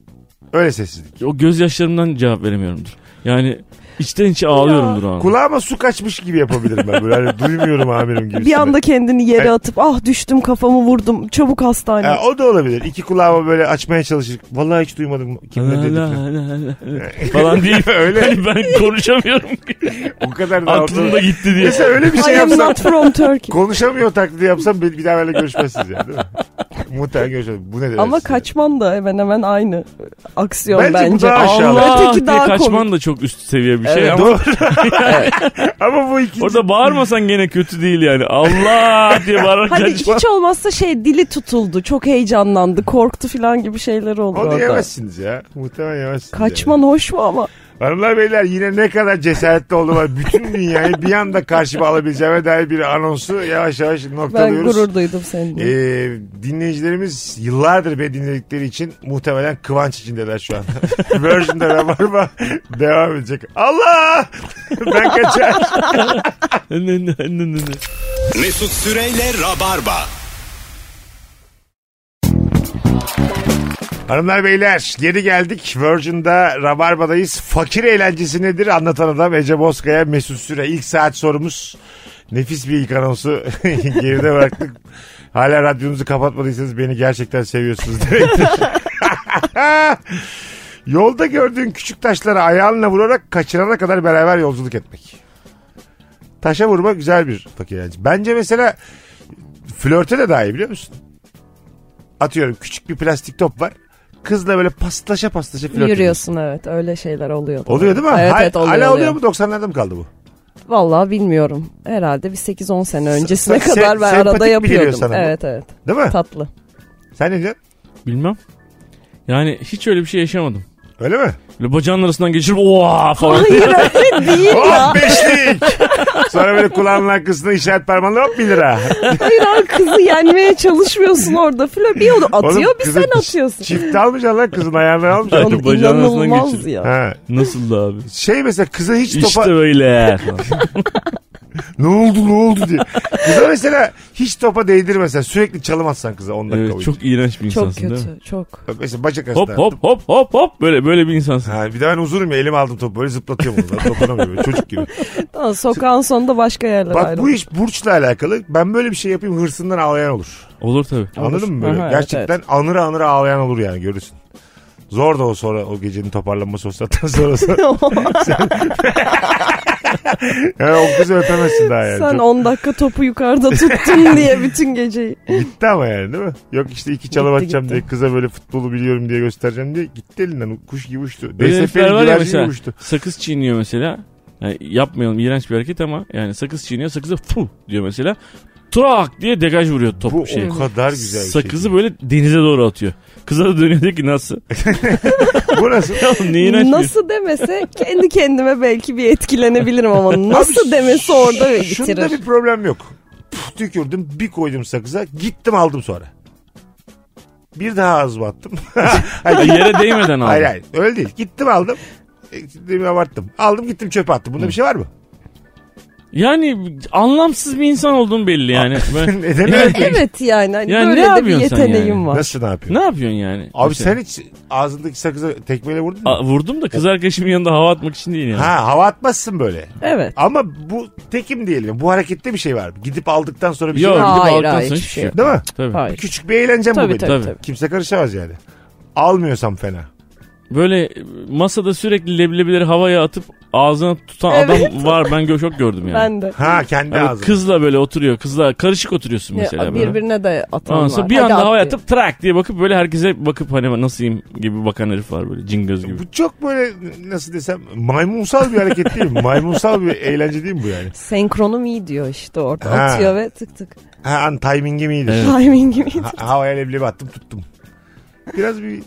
C: Öyle sessizlik.
E: O gözyaşlarımdan cevap veremiyorumdur. Yani içten içe ağlıyorumdur o an.
C: Kulağıma su kaçmış gibi yapabilirim ben böyle. Hani duymuyorum amirim gibi.
D: Bir anda kendini yere atıp ah düştüm kafamı vurdum çabuk hastane.
C: Ha, Ee, o da olabilir. İki kulağıma böyle açmaya çalışır. Vallahi hiç duymadım kim ne dedi. falan.
E: falan değil.
C: Öyle.
E: Hani ben konuşamıyorum.
C: O kadar da
E: Aklım da
C: altında.
E: gitti diye.
C: Mesela öyle bir şey
D: I am
C: yapsam.
D: not from Turkey.
C: Konuşamıyor taklidi yapsam bir bir daha benimle görüşmezsiniz yani değil mi? Muhtemelen görüşmez. Bu ne demek?
D: Ama kaçman da hemen hemen aynı aksiyon
C: Bence
D: bence.
C: bu daha aşağıda.
E: Allah
D: Öteki
E: diye
D: daha
E: kaçman
D: komik.
E: da çok üst seviye bir şey
C: Evet,
E: ama
C: doğru. Ama bu ikinci.
E: orada bağırmasan gene kötü değil yani. Allah diye bağırarak
D: Hadi
E: kaçman.
D: hiç olmazsa şey dili tutuldu, çok heyecanlandı, korktu falan gibi şeyler oldu
C: Onu
D: orada.
C: yemezsiniz ya. Muhtemelen yemezsiniz.
D: Kaçman hoş mu ama?
C: yani. Hanımlar beyler yine ne kadar cesaretli oldum. var. Bütün dünyayı bir anda karşıma alabileceğime dair bir anonsu yavaş yavaş
D: Ben
C: noktalıyoruz.
D: gurur duydum seninle.
C: Ee, dinleyicilerimiz yıllardır beni dinledikleri için muhtemelen kıvanç içindeler şu an. Virgin'de Rabarba devam edecek. Allah! ben kaçar.
E: Ne, ne, ne, ne, ne.
B: Mesut Süreyle Rabarba.
C: Hanımlar beyler geri geldik. Virgin'da Rabarba'dayız. Fakir eğlencesi nedir anlatan adam Ece Bozkaya Mesut Süre. İlk saat sorumuz. Nefis bir ilk anonsu geride bıraktık. Hala radyonuzu kapatmadıysanız beni gerçekten seviyorsunuz demektir. Yolda gördüğün küçük taşlara ayağınla vurarak kaçırana kadar beraber yolculuk etmek. Taşa vurma güzel bir fakir eğlence. Bence mesela flörte de daha iyi biliyor musun? Atıyorum küçük bir plastik top var. Kızla böyle paslaşa paslaşa flört ediyorsun.
D: Yürüyorsun evet öyle şeyler oluyor.
C: Oluyor değil mi?
D: Evet
C: Hal-
D: evet oluyor.
C: Hala
D: oluyor.
C: oluyor mu? 90'larda mı kaldı bu?
D: Vallahi bilmiyorum. Herhalde bir 8-10 sene öncesine
C: se-
D: kadar ben
C: sempatik
D: arada
C: mi geliyor
D: yapıyordum.
C: sana bu?
D: Evet evet
C: Değil mi?
D: tatlı.
C: Sen ne diyorsun?
E: Bilmem. Yani hiç öyle bir şey yaşamadım.
C: Öyle mi?
E: Böyle bacağın arasından geçirip oha falan.
D: Hayır öyle değil ya.
C: Hop beşlik! Sonra böyle kulağının arkasına işaret parmağınla hop bir lira.
D: Hayır abi kızı yenmeye çalışmıyorsun orada. Flör bir onu atıyor
C: Oğlum
D: bir
C: kızı
D: sen atıyorsun.
C: Çift almayacaksın lan kızın ayağını almayacaksın.
E: Hayır,
D: Oğlum
E: bacağın arasından
D: inanılmaz
E: geçir.
D: ya.
C: Ha.
E: Nasıl da abi?
C: Şey mesela kıza hiç topa...
E: İşte öyle. falan.
C: Ne oldu ne oldu diye. Kıza mesela hiç topa değdirmesen sürekli çalım atsan kıza 10 dakika
E: Evet,
C: boyunca.
E: çok iğrenç bir
D: Çok
E: insansın değil mi?
D: kötü çok.
C: Mesela bacak arasında.
E: Hop hop hop hop hop böyle böyle bir insansın.
C: Ha, bir de ben uzunum ya elim aldım topu böyle zıplatıyorum onu. Dokunamıyorum böyle çocuk gibi.
D: Tamam, sokağın sonunda başka yerler
C: Bak
D: ayrı.
C: bu iş burçla alakalı. Ben böyle bir şey yapayım hırsından ağlayan olur.
E: Olur tabii.
C: Anladın mı böyle?
D: Aha, evet,
C: Gerçekten anır anır ağlayan olur yani görürsün. Zor da o sonra o gecenin toparlanması o saatten sonra. yani o kızı öpemezsin daha yani.
D: Sen
C: Çok
D: 10 dakika topu yukarıda tuttun diye bütün geceyi.
C: gitti ama yani değil mi? Yok işte iki çalım
D: Gitti,
C: atacağım
D: gitti.
C: diye kıza böyle futbolu biliyorum diye göstereceğim diye gitti elinden. Kuş gibi uçtu.
E: Böyle herifler
C: DSF'nin
E: var ya
C: güvercin
E: mesela
C: gibi uçtu.
E: sakız çiğniyor mesela. Yani yapmayalım iğrenç bir hareket ama yani sakız çiğniyor sakızı fu diyor mesela. Trak diye degaj vuruyor top
C: Bu
E: şey.
C: o kadar güzel bir şey.
E: Sakızı böyle denize doğru atıyor. Kıza da dönüyor diyor ki nasıl?
C: Bu nasıl?
E: Ya oğlum ne iğrenç bir-
D: Nasıl demese kendi kendime belki bir etkilenebilirim ama nasıl demesi orada
C: Şunda
D: bitirir.
C: bir problem yok. Puf, tükürdüm bir koydum sakıza gittim aldım sonra. Bir daha ağzıma attım. hayır,
E: Yere değmeden aldı.
C: hayır hayır öyle değil. Gittim aldım. E, Demin abarttım. Aldım gittim çöpe attım. Bunda bir şey var mı?
E: Yani anlamsız bir insan olduğum belli yani. Ben-
C: Neden
E: Yani-
C: öyle?
D: Evet yani, hani
E: Yani ne
D: böyle de bir
E: yapıyorsun sen
D: yeteneğim
E: yani?
D: var.
C: Nasıl ne yapıyorsun?
E: ne yapıyorsun yani?
C: Abi
D: şey.
E: Mesela.
C: sen hiç ağzındaki sakıza tekmeyle vurdun mu?
E: A- vurdum da kız arkadaşımın yanında hava atmak için değil yani.
C: Ha hava atmazsın böyle.
D: Evet.
C: Ama bu tekim diyelim. Bu harekette bir şey var. mı? Gidip aldıktan sonra bir
E: Yok
C: şey var. mı?
E: gidip
D: Hayır,
E: halktan
D: hayır,
E: sonra
D: hiçbir şey
E: şey.
D: yok.
C: Değil mi?
E: Tabii.
D: Hayır.
C: Küçük bir eğlencem bu
D: Tabii
C: benim.
D: tabii
E: Tabii.
D: tabii.
C: Kimse karışamaz yani. Almıyorsam fena.
E: Böyle masada sürekli leblebileri havaya atıp ağzına tutan
D: Evet.
E: adam var. Ben gö- çok gördüm yani.
D: Ben de.
C: Ha kendi
E: Yani
C: ağzına.
E: kızla böyle oturuyor. Kızla karışık oturuyorsun
D: Ya,
E: mesela. böyle.
D: birbirine de atan
E: Ondan
D: var.
E: sonra bir
D: Hadi
E: anda
D: at
E: havaya
D: diye.
E: atıp trak diye bakıp böyle herkese bakıp hani nasılyım gibi bakan herif var böyle cingöz gibi.
C: Bu çok böyle nasıl desem maymunsal bir hareket değil mi? Maymunsal bir eğlence değil mi bu yani?
D: Senkronum iyi diyor işte orada.
C: Ha.
D: Atıyor ve tık tık.
C: Ha an timingim iyidir.
D: Timingim iyi.
C: Ha, havaya leblebi attım tuttum. Biraz bir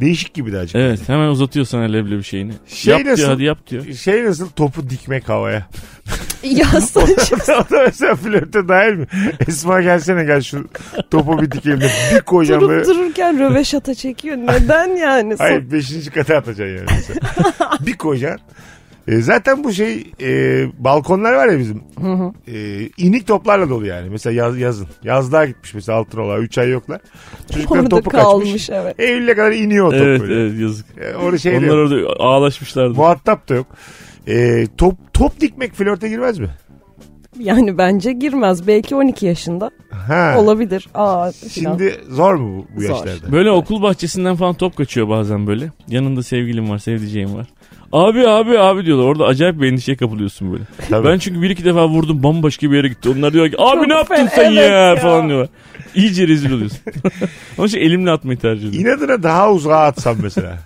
C: değişik gibi de acık.
E: Evet hemen uzatıyor sana leblebi şeyini.
C: Şey
E: yap
C: nasıl-
E: diyor hadi yap diyor.
C: Şey nasıl topu dikmek havaya.
D: Yaslanacağız.
C: o da mesela flörte dahil mi? Esma gelsene gel şu topu bir dikelim. de Bir koyacağım böyle.
D: Durup dururken röveşata çekiyor. Neden yani?
C: Hayır beşinci kata atacaksın yani. mesela. bir koyacaksın. E, zaten bu şey e, balkonlar var ya bizim. E, inik toplarla dolu yani. Mesela yaz, yazın. Yazlığa gitmiş mesela Altınola. Üç ay yoklar. Çocuklar
D: Orada
C: topu kaçmış.
D: kalmış evet.
C: Eylül'e kadar iniyor o top
E: Evet
C: böyle.
E: evet yazık.
C: E, orada şey de
E: Onlar
C: yok.
E: orada ağlaşmışlardı.
C: Muhatap da yok. E, top, top dikmek flörte girmez mi?
D: Yani bence girmez. Belki 12 yaşında.
C: Ha.
D: Olabilir. Aa, filan.
C: Şimdi zor mu bu, bu
D: Zor.
C: yaşlarda?
E: Böyle okul bahçesinden falan top kaçıyor bazen böyle. Yanında sevgilim var, sevdiceğim var. Abi abi abi diyorlar. Orada acayip bir endişeye kapılıyorsun böyle.
C: Tabii.
E: Ben çünkü bir iki defa vurdum bambaşka bir yere gitti. Onlar diyor ki abi
D: Çok
E: ne yaptın
D: fena,
E: sen
D: evet
E: ya?
D: ya.
E: falan diyorlar. İyice rezil oluyorsun. Onun için elimle atmayı tercih ediyorum.
C: İnadına daha uzağa atsam mesela.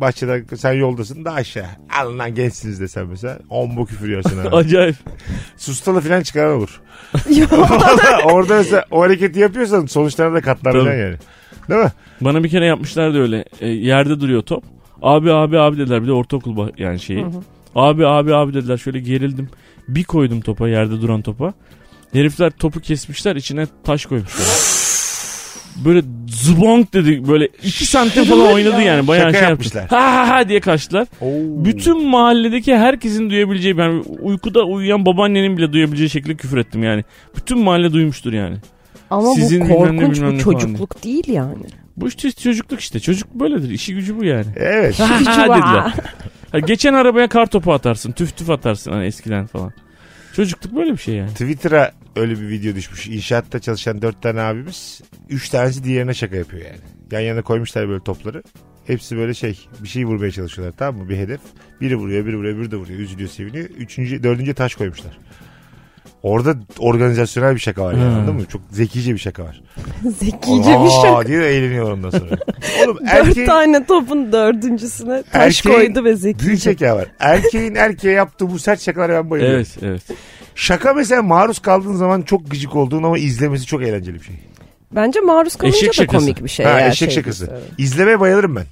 C: Bahçeden sen yoldasın da aşağı. Alın lan gençsiniz desem mesela. Ombo küfür yersin abi.
E: Acayip.
C: Sustalı falan çıkaran olur.
D: Ya,
C: Valla Orada mesela o hareketi yapıyorsan sonuçlarına da katlanacaksın
E: Tabii.
C: yani. Değil mi?
E: Bana bir kere yapmışlardı öyle. E, yerde duruyor top. Abi abi abi dediler. Bir de ortaokul bah- yani şeyi. Abi abi abi dediler. Şöyle gerildim. Bir koydum topa yerde duran topa. Herifler topu kesmişler. içine taş koymuşlar. böyle zbonk dedi. Böyle iki santim falan oynadı yani. Bayağı
C: Şaka
E: şey
C: yapmışlar.
E: yapmışlar. Ha ha ha diye kaçtılar. Bütün mahalledeki herkesin duyabileceği yani uykuda uyuyan babaannenin bile duyabileceği şekilde küfür ettim yani. Bütün mahalle duymuştur yani.
D: ama
E: Sizin
D: bu
E: bilmem ne,
D: korkunç
E: bilmem
D: bir
E: ne falan
D: çocukluk değil yani.
E: Bu işte çocukluk işte. Çocuk böyledir. İşi gücü bu yani.
C: Evet.
E: Ha,
D: Gücü
E: ha,
D: var.
E: dediler. Ha, geçen arabaya kar topu atarsın. Tüf tüf atarsın hani eskiden falan. Çocukluk böyle bir şey yani.
C: Twitter'a öyle bir video düşmüş. İnşaatta çalışan dört tane abimiz. Üç tanesi diğerine şaka yapıyor yani. Yan yana koymuşlar böyle topları. Hepsi böyle şey bir şey vurmaya çalışıyorlar tamam mı? Bir hedef. Biri vuruyor biri vuruyor biri de vuruyor. Üzülüyor seviniyor. Üçüncü dördüncü taş koymuşlar. Orada organizasyonel bir şaka var yani
E: Hmm.
C: anladın mı? Çok zekice bir şaka var.
D: Zekice bir şey.
C: Aa diye de eğleniyor ondan sonra. Oğlum
D: Dört
C: erkeğin,
D: tane topun dördüncüsüne taş
C: Erkeğin
D: koydu ve
C: büyük
D: zekice.
C: zeka var. Erkeğin erkeğe yaptığı bu sert şakalara ben bayılıyorum.
E: Evet evet.
C: Şaka mesela maruz kaldığın zaman çok gıcık olduğun ama izlemesi çok eğlenceli bir şey.
D: Bence maruz kalınca
E: Eşek
D: da
E: şakası.
D: komik bir şey.
C: ha,
D: ya,
C: eşek
D: şey
C: şakası.
D: diyorsun.
C: İzlemeye bayılırım ben.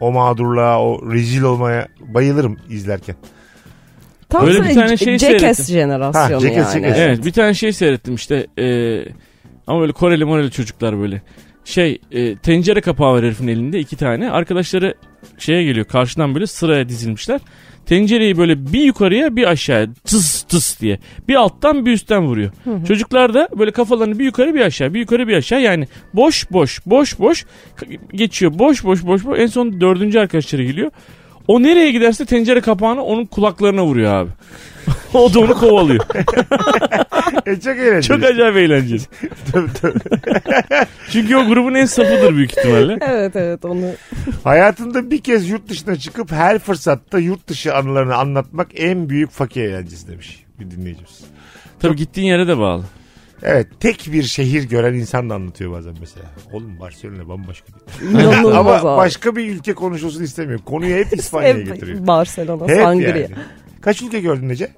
C: O mağdurluğa, o rezil olmaya bayılırım izlerken.
D: Tam
E: Öyle
D: sana
E: bir tane şey
D: Jackass
E: seyrettim.
D: jenerasyonu
C: Ha, Jackass,
D: yani.
C: Jackass.
E: Evet bir tane şey seyrettim işte. e, ama böyle Koreli Moreli çocuklar böyle. Şey e, tencere kapağı var herifin elinde iki tane. Arkadaşları şeye geliyor karşıdan böyle sıraya dizilmişler. Tencereyi böyle bir yukarıya bir aşağıya tıs tıs diye. Bir alttan bir üstten vuruyor. Çocuklar da böyle kafalarını bir yukarı bir aşağı bir yukarı bir aşağı yani boş boş boş boş geçiyor. Boş boş boş boş en son dördüncü arkadaşları geliyor. O nereye giderse tencere kapağını onun kulaklarına vuruyor abi. o da onu kovalıyor.
C: E, çok eğlenceli.
E: Çok acayip eğlenceli. Çünkü o grubun en safıdır büyük ihtimalle.
D: Evet evet onu
C: Hayatımda bir kez yurt dışına çıkıp her fırsatta yurt dışı anılarını anlatmak en büyük fakir eğlencesi demiş bir dinleyicimiz.
E: Tabii gittiğin yere de bağlı.
C: Evet tek bir şehir gören insan da anlatıyor bazen mesela. Oğlum Barcelona bambaşka bir
D: inanılmaz
C: Ama
D: abi.
C: başka bir ülke konuşulsun istemiyor. Konuyu hep İspanya'ya
D: Hep
C: getiriyor.
D: Barcelona,
C: Hep
D: Sangria.
C: yani. Kaç ülke gördün Ece?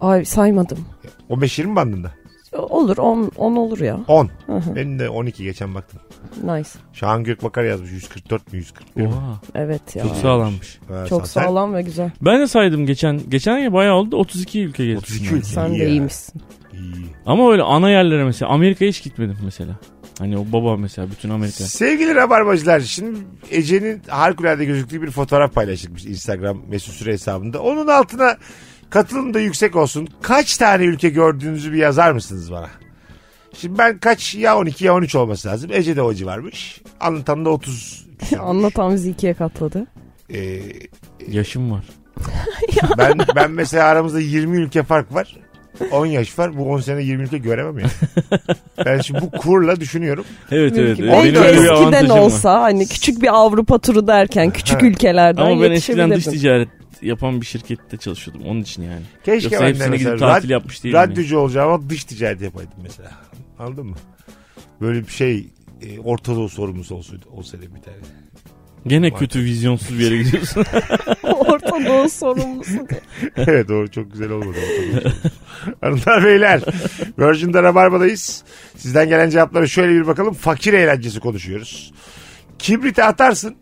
D: Ay saymadım.
C: 15-20 bandında.
D: Olur 10 10 olur ya.
C: 10. Benim de 12 geçen baktım.
D: Nice.
C: Şahan Gökbakar yazmış 144 mü 141 mi?
E: Oha.
D: Evet ya.
E: Çok sağlammış.
C: Ha,
D: Çok
C: sen-
D: sağlam ve güzel.
E: Ben de saydım geçen. Geçen ya bayağı oldu. 32 ülke gezdim.
C: 32
E: yani.
C: ülke.
D: Sen
C: ya.
D: de iyiymişsin.
C: İyi.
E: Ama öyle ana yerlere mesela. Amerika'ya hiç gitmedim mesela. Hani o baba mesela bütün Amerika.
C: Sevgili Rabarbacılar şimdi Ece'nin harikulade gözüktüğü bir fotoğraf paylaştık biz Instagram mesut süre hesabında. Onun altına katılım da yüksek olsun. Kaç tane ülke gördüğünüzü bir yazar mısınız bana? Şimdi ben kaç ya 12 ya 13 olması lazım. Ece de o civarmış. Anlatan da 30.
D: Anlatan bizi ikiye katladı.
C: Ee,
E: Yaşım var.
C: ben, ben mesela aramızda 20 ülke fark var. 10 yaş var. Bu 10 sene 20 ülke göremem yani. Ben şimdi bu kurla düşünüyorum.
E: Evet evet.
D: Mümkün.
E: evet.
D: Belki
E: Benim öyle bir
D: eskiden
E: avantajım var.
D: olsa hani küçük bir Avrupa turu derken küçük ülkelerden
E: Ama ben eskiden
D: yetişebilirdim.
E: dış ticaret yapan bir şirkette çalışıyordum. Onun için yani.
C: Keşke
E: Yoksa
C: ben de
E: hepsine
C: mesela
E: gidip tatil
C: rad-
E: yapmış değilim. yani.
C: Radyocu olacağıma dış ticaret yapaydım mesela. Anladın mı? Böyle bir şey e, Orta Doğu sorumlusu olsaydı, olsaydı bir tane.
E: Gene kötü vizyonsuz bir yere gidiyorsun.
D: Orta Doğu sorumlusu.
C: evet doğru çok güzel olmadı. Orta Doğu sorumlusu. Hanımlar beyler Virgin'de Rabarba'dayız. Sizden gelen cevaplara şöyle bir bakalım. Fakir eğlencesi konuşuyoruz. Kibriti atarsın.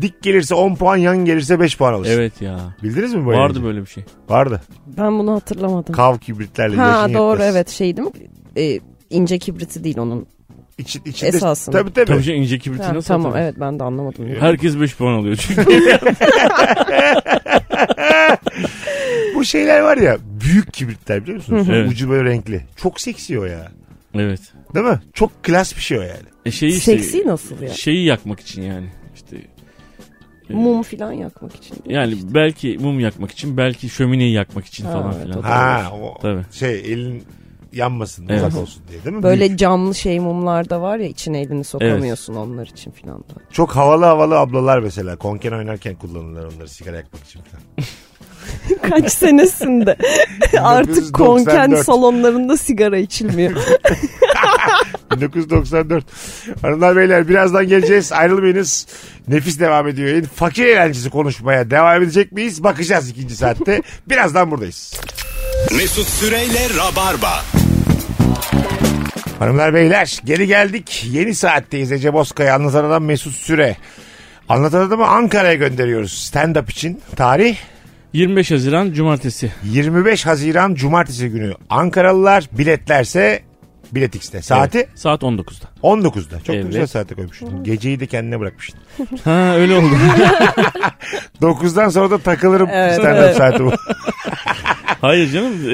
C: Dik gelirse 10 puan, yan gelirse 5 puan alırsın.
E: Evet ya.
C: Bildiniz mi böyle?
E: Vardı
C: bir-
E: böyle bir şey.
C: Vardı.
D: Ben bunu hatırlamadım.
C: Kav kibritlerle
D: ha
C: yaşın
D: doğru
C: yaklaşsın.
D: evet şey değil mi? Ee, ince kibriti değil onun.
C: İçi, içinde,
D: Esasında.
C: Tabii tabii.
E: Tabii şey ince kibriti
D: Ha,
E: nasıl şey
D: tamam
E: atar?
D: evet ben de anlamadım.
E: Herkes 5 puan alıyor çünkü.
C: Bu şeyler var ya büyük kibritler biliyor musunuz?
E: Evet.
C: Ucu böyle renkli. Çok seksi o ya.
E: evet.
C: Değil mi? Çok klas bir şey o yani.
E: E şeyi işte,
D: Seksi nasıl ya?
E: Şeyi yakmak için yani. İşte e,
D: Mum filan yakmak için. değil mi?
E: Yani
D: İşte.
E: belki mum yakmak için, belki şömineyi yakmak için
D: Ha,
E: falan
D: evet,
E: filan.
D: o da
C: Ha o
E: Tabii.
C: şey elin yanmasın
E: Evet.
C: uzak olsun diye değil mi? Büyük.
D: Böyle camlı şey mumlar da var ya içine elini sokamıyorsun onlar için filan da.
C: Çok havalı havalı ablalar mesela konken oynarken kullanırlar onları sigara yakmak için falan.
D: Kaç senesinde artık
C: 1994.
D: konken salonlarında sigara içilmiyor.
C: 1994. Hanımlar beyler birazdan geleceğiz. Ayrılmayınız. Nefis devam ediyor. yayın. Fakir eğlencesi konuşmaya devam edecek miyiz? Bakacağız ikinci saatte. Birazdan buradayız.
B: Mesut Süreyle Rabarba.
C: Hanımlar beyler geri geldik. Yeni saatteyiz. Ece Bozkaya Anlatan Adam Mesut Süre. Anlatan Adam'ı Ankara'ya gönderiyoruz. Stand-up için. Tarih
E: 25 Haziran Cumartesi.
C: 25 Haziran Cumartesi günü. Ankaralılar biletlerse Biletix'te. Saati
E: Saat 19'da.
C: 19'da. Çok da
E: Evet.
C: güzel saate koymuşsun. Geceyi de kendine bırakmışsın.
E: Ha öyle oldu.
C: 9'dan sonra da takılırım
D: Evet,
C: stand-up
D: evet.
C: saati bu.
E: Hayır canım e,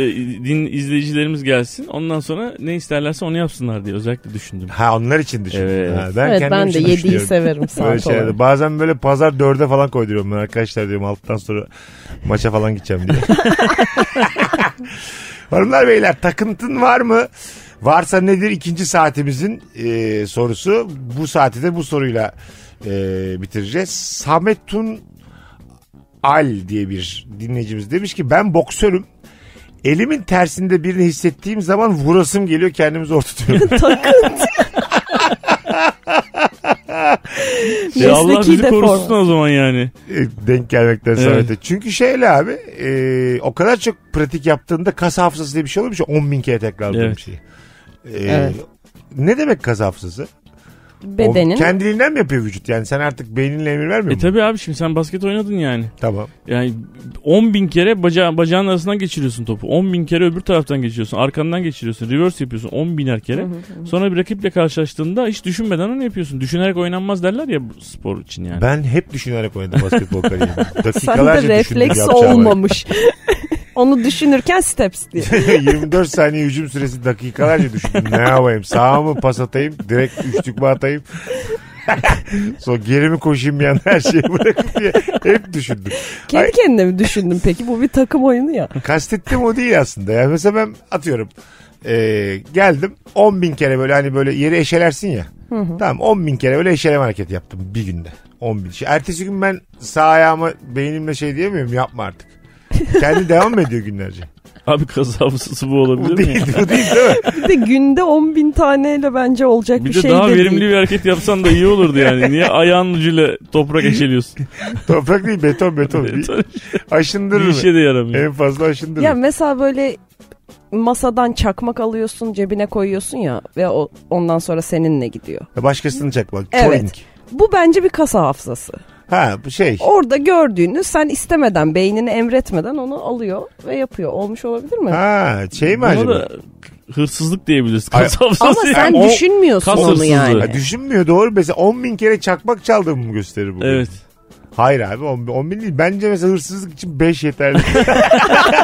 E: din izleyicilerimiz gelsin ondan sonra ne isterlerse onu yapsınlar diye özellikle düşündüm.
C: Ha onlar için düşün.
E: Evet.
C: Ha, ben
D: evet
C: kendim
D: ben de
C: için
D: yediği
C: düşünüyorum.
D: severim
C: Böyle
D: saat
C: şeylerde.
D: olarak.
C: Bazen böyle pazar dörde falan koyduruyorum ben arkadaşlar diyorum alttan sonra maça falan gideceğim diye. Hanımlar beyler takıntın var mı? Varsa nedir ikinci saatimizin e, sorusu. Bu saati de bu soruyla e, bitireceğiz. Samet Tun Al diye bir dinleyicimiz demiş ki ben boksörüm. Elimin tersinde birini hissettiğim zaman vurasım geliyor kendimi zor tutuyorum.
E: Ya E, Allah
D: Mesleki
E: bizi korusun
D: deform.
E: o zaman yani.
C: E, denk gelmekten
E: Evet.
C: Samet'e. Çünkü şöyle abi e, o kadar çok pratik yaptığında kas hafızası diye bir şey oluyor. 10 bin kere tekrarladığım
E: Evet.
C: bir şey. E,
D: Evet.
C: Ne demek kas hafızası? O
D: Bedenin
C: kendiliğinden mi yapıyor vücut? Yani sen artık beyninle emir vermiyor
E: E
C: musun?
E: tabi abi şimdi sen basket oynadın yani.
C: Tamam.
E: Yani 10 bin kere baca bacağın arasından geçiriyorsun topu. 10 bin kere öbür taraftan geçiriyorsun. Arkandan geçiriyorsun. Reverse yapıyorsun 10 biner kere. Sonra bir rakiple karşılaştığında hiç düşünmeden onu yapıyorsun. Düşünerek oynanmaz derler ya bu spor için yani.
C: Ben hep düşünerek oynadım basketbol kariyerimi.
D: sende
C: Dakikalarca düşündüm
D: refleks
C: yapacağımı.
D: olmamış. Onu düşünürken steps diye.
C: 24 saniye hücum süresi dakikalarca düşündüm. Ne yapayım? Sağa mı pas atayım? Direkt üçlük mü atayım? Sonra geri mi koşayım bir yana her şeyi bırakıp diye hep düşündüm.
D: Kendi kendine mi düşündün peki? Bu bir takım oyunu ya.
C: kastettiğim o değil aslında. Yani mesela ben atıyorum eee, geldim 10 bin kere böyle hani böyle yeri eşelersin ya. Tamam 10 bin kere böyle eşeleme hareketi yaptım bir günde. 10 bin. Şey. Ertesi gün ben sağ ayağıma beynimle şey diyemiyorum yapma artık. Kendi devam mı ediyor günlerce?
E: Abi kas hafızası bu
C: Bu
E: olabilir mi?
C: değil,
E: ya?
C: bu değil değil mi?
D: Bir de günde 10 bin taneyle bence olacak bir,
E: Bir de
D: şey
E: daha
D: de
E: verimli
D: değil.
E: bir hareket yapsan da iyi olurdu yani. Niye ayağın ucuyla toprak eşeliyorsun?
C: Toprak değil beton beton. Bir
E: bir şey
C: aşındırır mı?
E: işe de yaramıyor.
C: En fazla aşındırır.
D: Ya mesela böyle masadan çakmak alıyorsun cebine koyuyorsun ya ve o ondan sonra seninle gidiyor.
C: Başkasını çakmak.
D: Evet.
C: Çoink.
D: Bu bence bir kasa hafızası.
C: Ha bu şey.
D: Orada gördüğünü sen istemeden beynini emretmeden onu alıyor ve yapıyor. Olmuş olabilir mi?
C: Ha şey mi
E: Buna
C: acaba?
E: da hırsızlık diyebiliriz.
C: Ay-
E: Kas hafızası.
D: Ama sen
C: o-
D: düşünmüyorsun
E: kas
D: onu
E: hırsızlığı.
D: yani.
C: Ha, düşünmüyor doğru. Mesela 10 bin kere çakmak çaldığımı mı gösterir bu?
E: Evet.
C: Hayır abi 10, bin değil. Bence mesela hırsızlık için 5 yeterli.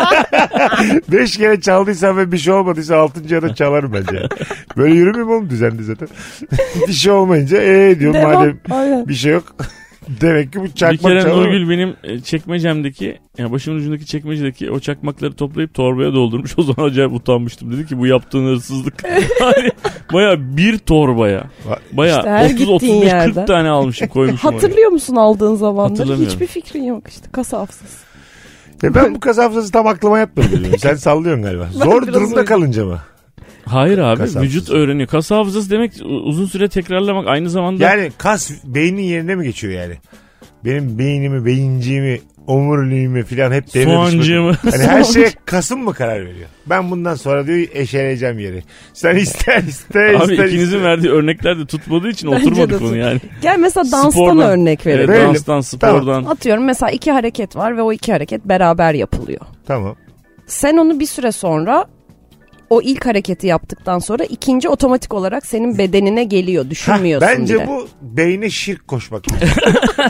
C: 5 kere çaldıysam ve bir şey olmadıysa 6. ya da çalarım bence. Böyle yürümeyeyim oğlum düzenli zaten. bir şey olmayınca ee diyorum
D: Devam.
C: madem
D: Aynen.
C: bir şey yok. Demek ki bu
E: bir
C: çakmak
E: kere
C: çalar.
E: Nurgül benim e, çekmecemdeki, yani başımın ucundaki çekmecedeki o çakmakları toplayıp torbaya doldurmuş. O zaman acayip utanmıştım. Dedi ki bu yaptığın hırsızlık. hani baya bir torbaya. Baya
D: İşte her
E: 30
D: gittiğin
E: 35
D: yerden.
E: 40 tane almışım koymuşum oraya.
D: Hatırlıyor musun aldığın zamanları?
E: Hatırlamıyorum.
D: Hiçbir fikrin yok işte kasa hafızası.
C: Ya ben bu kaz hafızası tam aklıma yatmadı. diyorum. Sen sallıyorsun galiba. Zor
D: biraz
C: durumda
D: uyudum.
C: kalınca mı?
E: Hayır abi
C: Kas hafızası.
E: vücut öğreniyor. Kas hafızası demek u- uzun süre tekrarlamak aynı zamanda
C: Yani kas beynin yerine mi geçiyor yani? Benim beynimi, beyinciğimi, omuriliğimi filan hep devre
E: Soğancığımı.
C: düşmedi. Hani her şeye Kasım mı karar veriyor? Ben bundan sonra diyor eşeleyeceğim yeri. Sen ister ister
E: Abi
C: ister.
E: ikinizin
C: ister.
E: verdiği örnekler de tutmadığı için
D: Bence
E: oturmadı
D: de
E: konu
D: tut-
E: yani.
D: Gel mesela danstan
E: Spordan.
D: örnek verelim.
E: Evet,
C: Verelim.
E: danstan, spordan.
D: Atıyorum mesela iki hareket var ve o iki hareket beraber yapılıyor.
C: Tamam.
D: Sen onu bir süre sonra o ilk hareketi yaptıktan sonra ikinci otomatik olarak senin bedenine geliyor. Düşünmüyorsun
C: Bence
D: bile.
C: bu beyne şirk koşmak.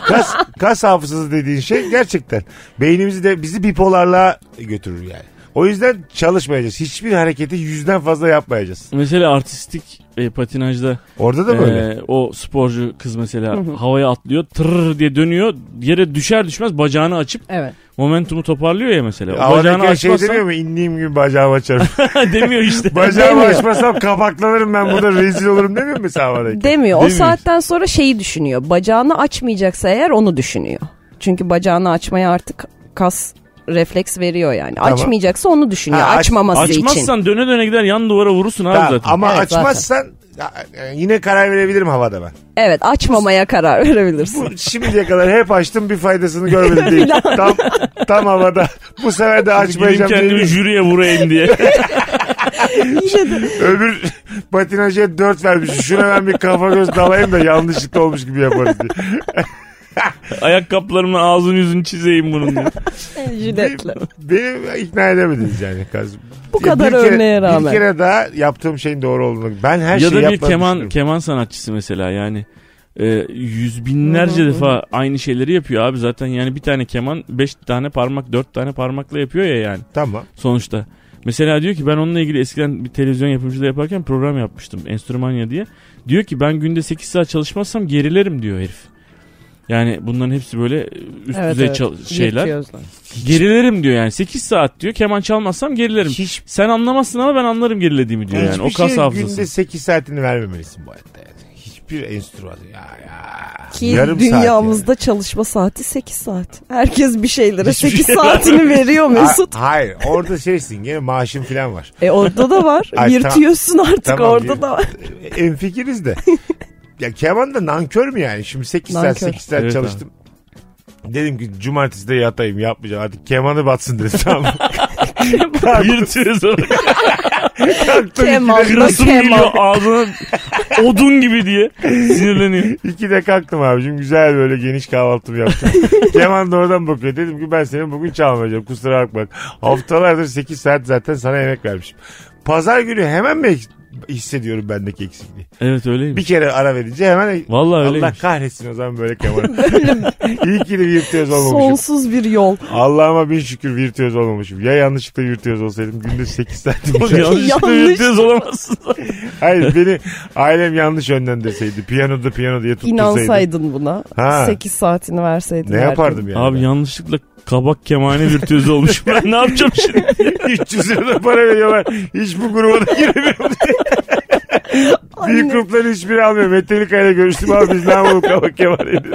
C: kas, kas hafızası dediğin şey gerçekten beynimizi de bizi bipolarlığa götürür yani. O yüzden çalışmayacağız. Hiçbir hareketi yüzden fazla yapmayacağız.
E: Mesela artistik e, patinajda
C: Orada da böyle.
E: e, o sporcu kız mesela havaya atlıyor tırr diye dönüyor yere düşer düşmez bacağını açıp
D: Evet.
E: momentumu toparlıyor ya mesela. O bacağını
C: Havadaki şey
E: açmazsan
C: demiyor mu? İndiğim gibi bacağımı açarım.
E: demiyor işte.
C: Bacağımı açmasam kapaklanırım ben burada rezil olurum demiyor mu mesela havadaki?
D: Demiyor. O
E: Demiyor.
D: saatten sonra şeyi düşünüyor. Bacağını açmayacaksa eğer onu düşünüyor. Çünkü bacağını açmaya artık kas refleks veriyor yani. Açmayacaksa onu düşünüyor.
C: Ha, aç-
D: açmaması için.
E: Açmazsan döne döne gider yan duvara vurursun abi
C: Tamam,
E: zaten.
C: ama
D: Evet,
C: açmazsan ya, yani yine karar verebilirim havada ben.
D: Evet açmamaya karar verebilirsin.
C: Bu şimdiye kadar hep açtım bir faydasını görmedim değil. tam, tam havada. Bu sefer de
E: Gideyim
C: açmayacağım.
E: kendimi
C: diye-
E: jüriye vurayım diye.
D: Yine de-
C: Öbür patinajıya dört vermiş. Şuna ben bir kafa göz dalayım da yanlışlıkla olmuş gibi yaparız diye.
E: Ayakkabılarımla ağzını yüzünü çizeyim bunun diye.
D: Jiletle.
C: Beni ikna edemediniz yani. Kaz.
D: Bu kadar
C: kere-
D: örneğe rağmen.
C: Bir kere daha yaptığım şeyin doğru olduğunu. Ben her
E: ya
C: şeyi
E: da bir
C: yapmadım.
E: keman keman sanatçısı mesela yani e, yüz binlerce defa aynı şeyleri yapıyor abi zaten yani bir tane keman beş tane parmak dört tane parmakla yapıyor ya yani
C: Tamam.
E: sonuçta. Mesela diyor ki ben onunla ilgili eskiden bir televizyon yapımcılığı yaparken program yapmıştım Enstrümanya diye. Diyor ki ben günde 8 saat çalışmazsam gerilerim diyor herif. Yani bunların hepsi böyle üst düzey çal- şeyler.
D: Yetiyorlar.
E: Gerilerim diyor yani 8 saat diyor keman çalmazsam gerilerim.
C: Hiç-
E: Sen anlamazsın ama ben anlarım gerilediğimi diyor yani. O
C: Hiçbir
E: kas
C: şey
E: hafızası.
C: günde 8 saatini vermemelisin bu hayatta yani. Hiçbir enstrüman. Ya, ya.
D: Ki
C: Yarım saat
D: dünyamızda çalışma saati 8 saat. Herkes bir şeylere 8 saatini veriyor
C: yani.
D: Mesut.
C: Ha- hayır orada şeysin gene maaşın falan var.
D: E orada da var.
C: Ay,
D: Yırtıyorsun artık
C: Tamam,
D: orada da var.
C: En fikiriz de. ya keman da nankör mü yani? Şimdi 8 saat
D: Nankör.
C: 8 saat
E: Evet
C: çalıştım. Dedim ki cumartesi de yatayım yapmayacağım. Artık kemanı batsın dedim tamam mı?
E: Yırtıyoruz onu.
C: Kalktım
D: Keman.
C: ikide,
E: Kırasım
D: Kemal.
E: geliyor ağzına odun gibi diye sinirleniyor.
C: ikide kalktım abicim. Güzel böyle geniş kahvaltımı yaptım. keman da oradan bakıyor. Dedim ki ben seni bugün çalmayacağım. Kusura bakma. Haftalardır 8 saat zaten sana emek vermişim. Pazar günü hemen mi eks- hissediyorum bendeki eksikliği?
E: Evet öyleymiş.
C: Bir kere ara verince hemen
E: Vallahi
C: Allah
E: öyleymiş.
C: kahretsin o zaman böyle kemanı. İyi ki de virtüöz olmamışım.
D: Sonsuz bir yol.
C: Allah'ıma bin şükür virtüöz olmamışım. Ya yanlışlıkla virtüöz olsaydım günde 8 saatim.
E: Yanlış Yanlışlıkla
D: Yanlış.
E: yırtıyoruz olamazsın.
C: Hayır beni ailem yanlış yönlendirseydi. Piyanoda piyano diye tuttursaydı.
D: İnansaydın buna.
C: Ha.
D: 8 saatini verseydin.
C: Ne
D: her gün.
C: yapardım yani?
E: Abi
C: ben?
E: yanlışlıkla kabak kemane virtüözü olmuş. Ben ne yapacağım şimdi?
C: 300 lira da para veriyorlar. Hiç bu gruba da giremiyorum. Büyük grupların hiçbiri almıyor. Metallica ile görüştüm abi biz ne yapalım kabak kemal edin.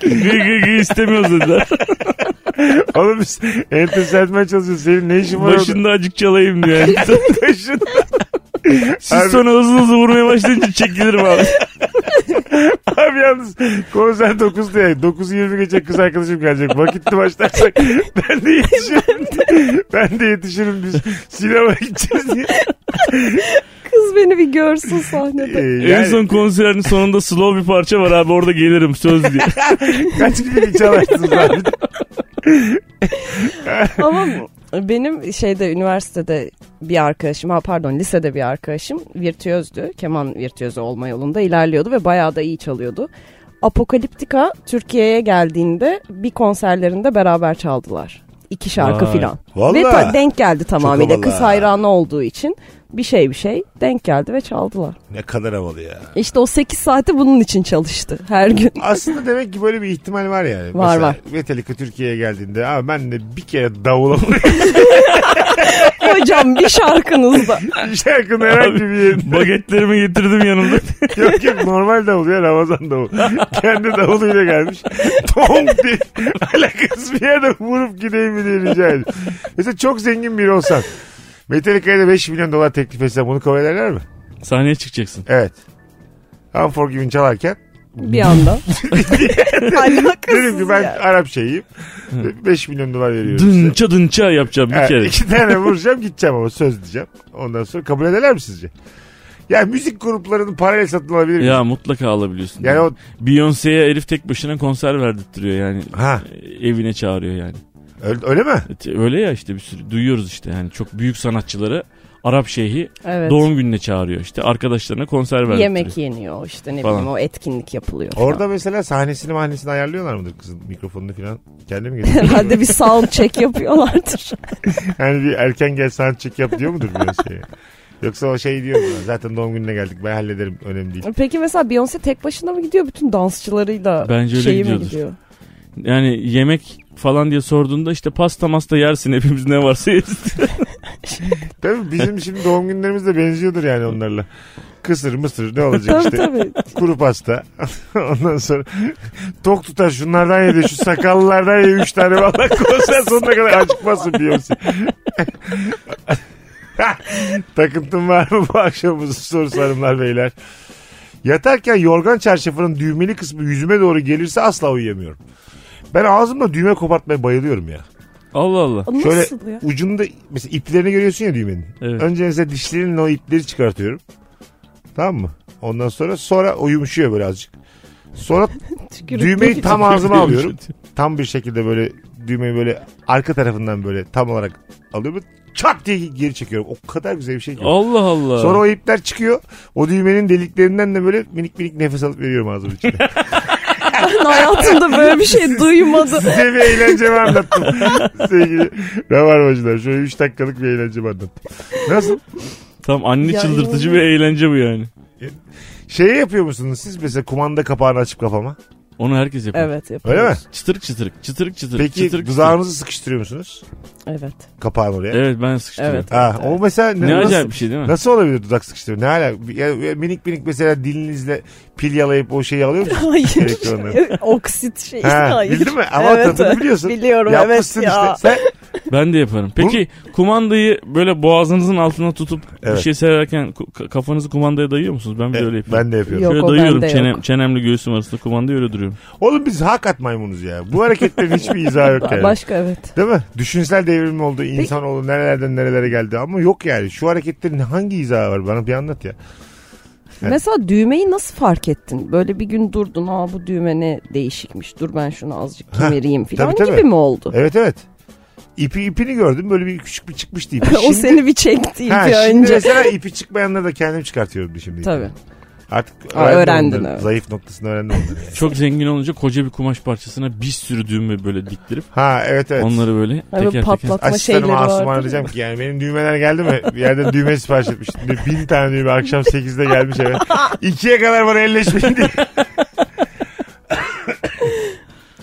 E: Gı gı gı istemiyoruz dediler.
C: Oğlum biz enteresanmaya çalışıyoruz. Senin ne işin var orada?
E: Başında acık çalayım diyor. Yani.
C: Başında.
E: Siz
C: Abi-
E: sonra hızlı hızlı vurmaya başlayınca çekilirim abi.
C: Abi yalnız konser 9'da ya. 9'u 20 geçe kız arkadaşım gelecek. Vakitli başlarsak ben de yetişirim. ben de yetişirim biz. Sinemaya gideceğiz diye.
D: Kız beni bir görsün
C: Ee,
D: sahnede.
E: En
C: yani
E: son konserin sonunda slow bir parça var abi orada gelirim söz diye.
C: kaç gibi çalarsınız abi.
D: Ama benim şeyde üniversitede bir arkadaşım, ha pardon lisede bir arkadaşım virtüözdü. Keman virtüözü olma yolunda ilerliyordu ve bayağı da iyi çalıyordu. Apokaliptika Türkiye'ye geldiğinde bir konserlerinde beraber çaldılar. İki şarkı
E: Vay.
D: filan.
C: Vallahi.
D: Ve ta- denk geldi tamamıyla.
C: havalı
D: Kız
C: ha.
D: hayranı olduğu için bir şey bir şey denk geldi ve çaldılar.
C: Ne kadar havalı ya.
D: İşte o 8 saati bunun için çalıştı her gün.
C: Aslında demek ki böyle bir ihtimal var yani.
D: Var,
C: Mesela
D: var.
C: Metallica Türkiye'ye geldiğinde abi ben de bir kere davula
D: Hocam bir şarkınızda.
C: şarkının herhangi bir yerinde.
E: Bagetlerimi getirdim yanımda.
C: yok yok normal davul ya Ramazan davul. Kendi davuluyla gelmiş. Tong diye alakasız bir yerde vurup gideyim mi diye rica ediyorum. Mesela çok zengin biri olsan. Metallica'ya da 5 milyon dolar teklif etsem bunu kabul ederler mi?
E: Sahneye çıkacaksın.
C: Evet. Unforgiven çalarken
D: bir anda. Alakasız
C: Dedim ki ben
D: ya.
C: Arap şeyiyim. 5 milyon dolar veriyorum size.
E: Dınça dınça yapacağım bir
C: Evet,
E: kere.
C: iki tane vuracağım gideceğim ama söz diyeceğim. Ondan sonra kabul ederler mi sizce? Ya müzik gruplarının parayla satın alabilir miyiz?
E: Ya mutlaka alabiliyorsun.
C: Yani o
E: Beyoncé'ye herif tek başına konser verdirtiyor yani.
C: ha
E: Evine çağırıyor yani.
C: öyle, öyle mi?
E: Evet, Öyle ya işte bir sürü duyuyoruz işte yani çok büyük sanatçıları Arap şeyhi
D: Evet.
E: doğum gününe çağırıyor işte arkadaşlarına konser verdirtiyor.
D: Yemek yeniyor işte ne
E: Falan.
D: bileyim o etkinlik yapılıyor. falan.
C: Orada mesela sahnesini mahnesini ayarlıyorlar mıdır kızın mikrofonunu falan? Kendi mi getiriyor?
D: Herhalde bir sound check yapıyorlardır.
C: yani bir erken gel sound check yap diyor mudur böyle şey? Yoksa o şey diyor mu? Zaten doğum gününe geldik ben hallederim önemli değil.
D: Peki mesela Beyoncé tek başına mı gidiyor bütün dansçılarıyla?
E: Bence öyle
D: şeyi mi
E: gidiyordur.
D: gidiyor?
E: Yani yemek falan diye sorduğunda işte pasta masta yersin hepimiz ne varsa yeriz.
C: Tabii bizim şimdi doğum günlerimiz de benziyordur yani onlarla. Kısır mısır ne olacak
D: Tabii
C: işte.
D: tabii.
C: Kuru pasta. Ondan sonra tok tutar şunlardan ye de şu sakallılardan ye üç tane valla konser sonuna kadar acıkmasın Beyoncé. Takıntım var mı bu akşamımızın sorusu hanımlar beyler? Yatarken yorgan çarşafının düğmeli kısmı yüzüme doğru gelirse asla uyuyamıyorum. Ben ağzımla düğme kopartmaya bayılıyorum ya.
E: Allah Allah.
C: Şöyle
D: Nasıl ya?
C: ucunda mesela iplerini görüyorsun ya düğmenin.
E: Evet.
C: Önce mesela dişlerinle o ipleri çıkartıyorum. Tamam mı? Ondan sonra sonra o yumuşuyor böyle azıcık. Sonra düğmeyi tam ağzıma alıyorum. Tam bir şekilde böyle düğmeyi böyle arka tarafından böyle tam olarak alıyorum. Çat diye geri çekiyorum. O kadar güzel bir şey ki.
E: Allah Allah.
C: Sonra o ipler çıkıyor. O düğmenin deliklerinden de böyle minik minik nefes alıp veriyorum ağzımın içine.
D: Ben hayatımda böyle bir şey duymadım.
C: Size bir eğlencemi anlattım. Sevgili Rabarbacılar. Şöyle 3 dakikalık bir eğlencemi anlattım. Nasıl?
E: Tam anne
D: Ya
E: çıldırtıcı
D: inanılmaz.
E: bir eğlence bu yani.
C: Şey yapıyor musunuz siz mesela kumanda kapağını açıp kapama?
E: Onu herkes yapıyor.
D: Evet yapıyoruz.
C: Öyle mi?
E: Çıtırık çıtırık çıtırık çıtırık.
C: Peki
E: çıtırık
C: dudağınızı sıkıştırıyor musunuz?
D: Evet.
C: Kapağın oraya.
E: çıtırık. Evet ben sıkıştırıyorum.
D: Evet.
C: Ha, o mesela
E: Ne
C: nasıl,
E: acayip bir şey değil mi?
C: nasıl olabilir dudak sıkıştırma? Ne ala? Ya- ya minik minik mesela dilinizle pil yalayıp o şeyi alıyor musunuz? Elektronları.
D: Hayır. Oksit şey.
C: Ha,
D: Hayır.
C: bildin mi? Ama
D: Evet,
C: tadını
D: evet.
C: biliyorsun.
D: Biliyorum,
C: Yapmışsın
D: evet ya.
C: işte. Sen,
E: Ben de yaparım. Peki kumandayı böyle boğazınızın altına tutup
C: Evet.
E: bir şey severken ku- kafanızı kumandaya dayıyor musunuz? Ben bir de
C: evet,
E: öyle yapıyorum.
C: ben de yapıyorum.
D: Yok,
E: Şöyle
D: o
E: dayıyorum
D: bende
E: çenem,
D: yok.
E: çenemle göğsüm arasında kumandayı öyle duruyorum.
C: Oğlum biz hakikat maymunuz ya. Bu hareketlerin hiçbir izahı yok yani.
D: Başka evet.
C: Değil mi? Düşünsel devrim oldu. İnsanoğlu nerelerden nerelere geldi. Ama yok yani. Şu hareketlerin hangi izahı var? Bana bir anlat ya. Evet.
D: Mesela düğmeyi nasıl fark ettin? Böyle bir gün durdun. Aa bu düğme ne değişikmiş. Dur ben şunu azıcık
C: Ha,
D: kemireyim falan
C: tabii, tabii.
D: gibi mi oldu?
C: Evet evet. İpi ipini gördüm böyle bir küçük bir çıkmıştı ipi.
D: o seni bir çekti
C: Ha,
D: bir
C: şimdi
D: önce.
C: mesela ipi çıkmayanları da kendim çıkartıyorum bir şimdi.
D: Tabii.
C: Artık
D: Aa, öğrendin,
C: onları.
D: evet.
C: Zayıf noktasını öğrendim onları. yani.
E: Çok zengin olunca koca bir kumaş parçasına bir sürü düğme böyle diktirip
C: Ha evet evet.
E: onları böyle
D: Hani
E: teker teker.
D: patlatma şeyleri
C: Asistanıma Asuman'a
D: vardı.
C: diyeceğim ki yani benim düğmeler geldi mi? Bir yerde düğme sipariş etmiştim. Bir bin tane düğme akşam 8'de gelmiş eve. İkiye kadar bana elleşmeyin diye.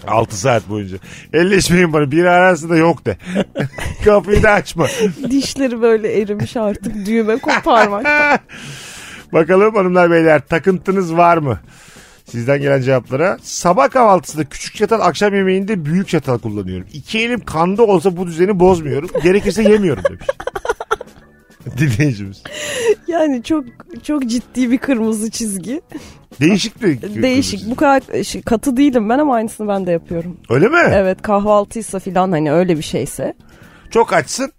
C: 6 saat boyunca. Elleşmeyin bana. Biri ararsa da yok de. Kapıyı da açma.
D: Dişleri böyle erimiş artık düğme koparmak.
C: Bakalım hanımlar beyler takıntınız var mı? Sizden gelen cevaplara. Sabah kahvaltısında küçük çatal, akşam yemeğinde büyük çatal kullanıyorum. İki elim kanda olsa bu düzeni bozmuyorum. Gerekirse yemiyorum demiş. Dinleyicimiz.
D: Yani çok çok ciddi bir kırmızı çizgi.
C: Değişik bir...
D: Değişik. Bu kadar şey, katı değilim ben ama aynısını ben de yapıyorum.
C: Öyle mi?
D: Evet kahvaltıysa filan hani öyle bir şeyse.
C: Çok açsın.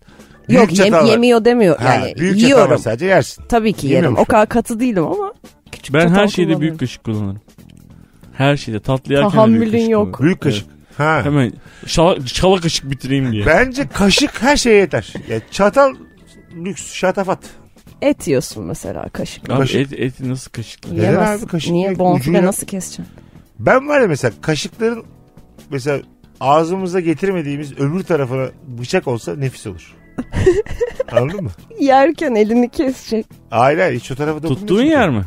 C: Büyük
D: Yok yem-
C: çatal var.
D: yemiyor demiyor.
C: Ha,
D: yani
C: büyük çatal var
D: yiyorum.
C: sadece yersin.
D: Tabii ki
C: Yemiyor
D: yerim.
C: musun?
D: O kadar katı değilim ama küçük
E: Ben
D: çatal
E: her şeyde büyük
D: kullanıyorum.
E: kaşık kullanırım. Her şeyde tatlı yerken de büyük
D: Tahammülün
E: kaşık
D: yok.
E: kullanırım.
C: Büyük kaşık. Ha.
E: Evet. Hemen şala, şala kaşık bitireyim diye.
C: Bence kaşık her şeye yeter. Ya çatal lüks şatafat.
D: Et yiyorsun mesela kaşık.
E: Abi
C: kaşık-
E: et, eti nasıl kaşıkla?
C: Neden
D: Yiyemezsin.
C: abi kaşık
D: Niye
C: yok?
D: bonfile
C: Ucuyla-
D: nasıl keseceksin?
C: Ben var ya mesela kaşıkların mesela ağzımıza getirmediğimiz öbür tarafına bıçak olsa nefis olur. Anladın mı?
D: Yerken elini kesecek.
C: Hayır hayır hiç o tarafa dokunmuyorsun.
E: Tuttuğun
C: ki.
E: yer mi?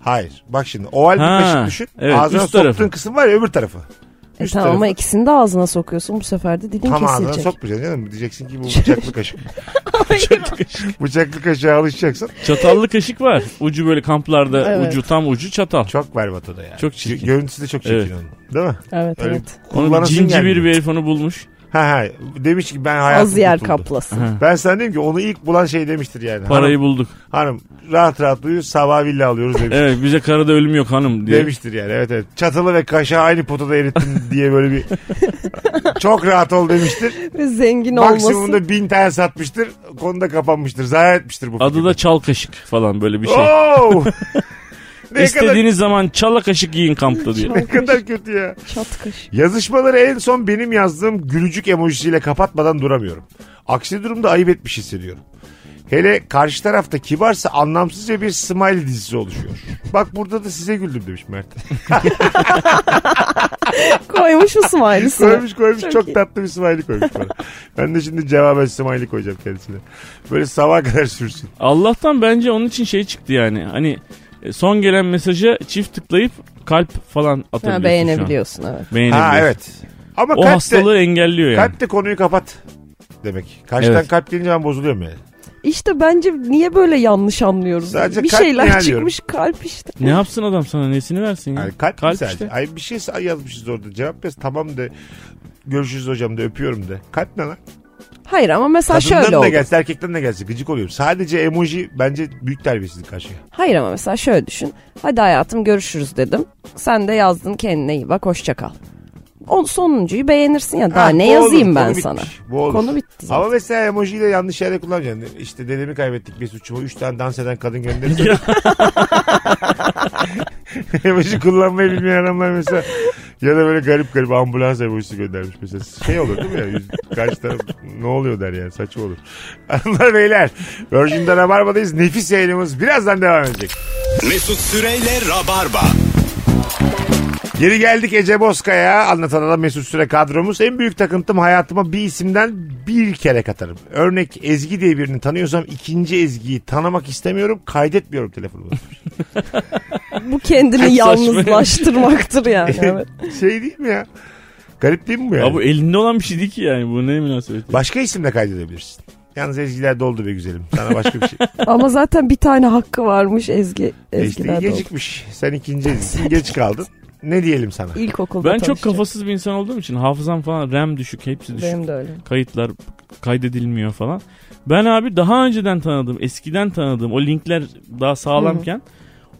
C: Hayır. Bak şimdi oval bir
E: Ha,
C: kaşık düşün.
E: evet,
C: ağzına
E: üst
C: soktuğun
E: tarafı.
C: kısım var ya öbür tarafı.
D: E
C: Üst
D: tamam
C: tarafı.
D: ama ikisini de ağzına sokuyorsun bu sefer de dilin
C: Tam ağzına
D: kesilecek.
C: sokmayacaksın canım. Diyeceksin ki bu bıçaklı kaşık. bıçaklı kaşığa alışacaksın.
E: Çatallı kaşık var. Ucu böyle kamplarda
D: Evet.
E: ucu tam ucu çatal.
C: Çok berbat o da yani.
E: Çok çirkin.
C: Görüntüsü de çok çirkin
E: Evet.
C: onun. Değil mi?
D: Evet
C: Öyle
D: evet.
E: Onu
C: Kullanasın
E: cinci bir
C: gelmiyor.
E: herif onu bulmuş.
C: Ha ha. Demiş ki ben hayatım
D: Az yer
C: kurtuldu.
D: kaplasın.
C: Ben sana diyeyim ki onu ilk bulan şey demiştir yani.
E: Parayı
C: hanım,
E: bulduk.
C: hanım rahat rahat uyuyor sabah villa alıyoruz demiş.
E: Evet bize karada ölüm yok hanım diye.
C: Demiştir yani evet evet. Çatalı ve kaşağı aynı potada erittim diye böyle bir çok rahat ol demiştir.
D: Ve zengin olması.
C: Maksimumda bin tane satmıştır. Konuda kapanmıştır. Zayi etmiştir bu
E: Adı da çal kaşık falan böyle bir şey.
C: Oo! Oh, ne kadar
E: İstediğiniz zaman çala kaşık yiyin kampta diye.
C: ne kadar kötü ya.
D: Çat kaşığı.
C: Yazışmaları en son benim yazdığım gülücük emojisiyle kapatmadan duramıyorum. Aksi durumda ayıp etmiş hissediyorum. Hele karşı tarafta kibarsa anlamsızca bir smile dizisi oluşuyor. Bak burada da size güldüm demiş Mert.
D: Koymuş o smileysini.
C: koymuş koymuş çok,
D: Hani iyi.
C: tatlı bir smiley koymuş bana. ben de şimdi cevaben smiley koyacağım kendisine. Böyle sabaha kadar sürsün.
E: Allah'tan bence onun için şey çıktı yani. Hani e, son gelen mesaja çift tıklayıp kalp falan atabiliyorsun. şu
D: Ha,
E: an.
D: beğenebiliyorsun evet.
E: Beğenebiliyorsun.
C: Ha evet. Ama
E: O
C: kalp de-
E: hastalığı engelliyor yani.
C: Kalp de konuyu kapat demek. Karşıdan
E: Evet.
C: kalp gelince ben bozuluyorum yani.
D: İşte bence niye böyle yanlış anlıyoruz?
C: Sadece
D: bir
C: kalp
D: şeyler
C: yani diyorum.
D: çıkmış kalp işte.
E: Ne yapsın adam sana nesini versin ya?
C: yani kalp, mi sadece?
E: işte.
C: Ay bir şey yazmışız orada. Cevap yaz tamam de. Görüşürüz hocam de öpüyorum de. Kalp ne lan?
D: Hayır ama mesela şöyle
C: Kadından da
D: oldu.
C: gelse erkekten de gelse gıcık oluyorum. Sadece emoji bence büyük terbiyesizlik karşıya.
D: Hayır ama mesela şöyle düşün. Hadi hayatım görüşürüz dedim. Sen de yazdın kendine iyi bak hoşça kal. O sonuncuyu beğenirsin ya daha
C: Ha,
D: ne
C: bu olur,
D: yazayım
C: konu
D: ben
C: bitmiş.
D: sana.
C: Bu olur.
D: Konu bitti zaten.
C: Ama mesela emojiyi de yanlış yerde kullanacaksın. İşte dedemi kaybettik bir suçuma. Üç tane dans eden kadın gönderirsen. emoji kullanmayı bilmeyen adamlar mesela. Ya da böyle garip garip ambulans emojisi göndermiş mesela. Şey olur değil mi ya? Yüz, karşı taraf ne oluyor der yani saçma olur. Hanımlar beyler Virgin'de Rabarba'dayız. Nefis yayınımız birazdan devam edecek.
B: Mesut Süreyle Rabarba.
C: Geri geldik Ece Bozkaya. Anlatan adam Mesut Süre kadromuz. En büyük takıntım hayatıma bir isimden bir kere katarım. Örnek Ezgi diye birini tanıyorsam ikinci Ezgi'yi tanımak istemiyorum. Kaydetmiyorum telefonumu.
D: Bu kendini yalnızlaştırmaktır yani. Evet.
C: şey değil mi ya? Garip değil mi bu yani?
E: Ya bu elinde olan bir şey değil ki yani. Bu ne münasebet.
C: Başka isimle kaydedebilirsin. Yalnız Ezgi'ler doldu be güzelim. Sana başka bir şey.
D: ama zaten bir tane hakkı varmış Ezgi
C: işte
D: Ezgi'lerde. oldu.
C: gecikmiş. Sen ikinci Ezgi'sin. Geç kaldın. Ne diyelim sana?
D: İlkokulda
E: Ben çok
D: tanışacak.
E: kafasız bir insan olduğum için hafızam falan RAM düşük hepsi düşük.
D: Benim de öyle.
E: Kayıtlar kaydedilmiyor falan. Ben abi daha önceden tanıdığım, eskiden tanıdığım o linkler daha sağlamken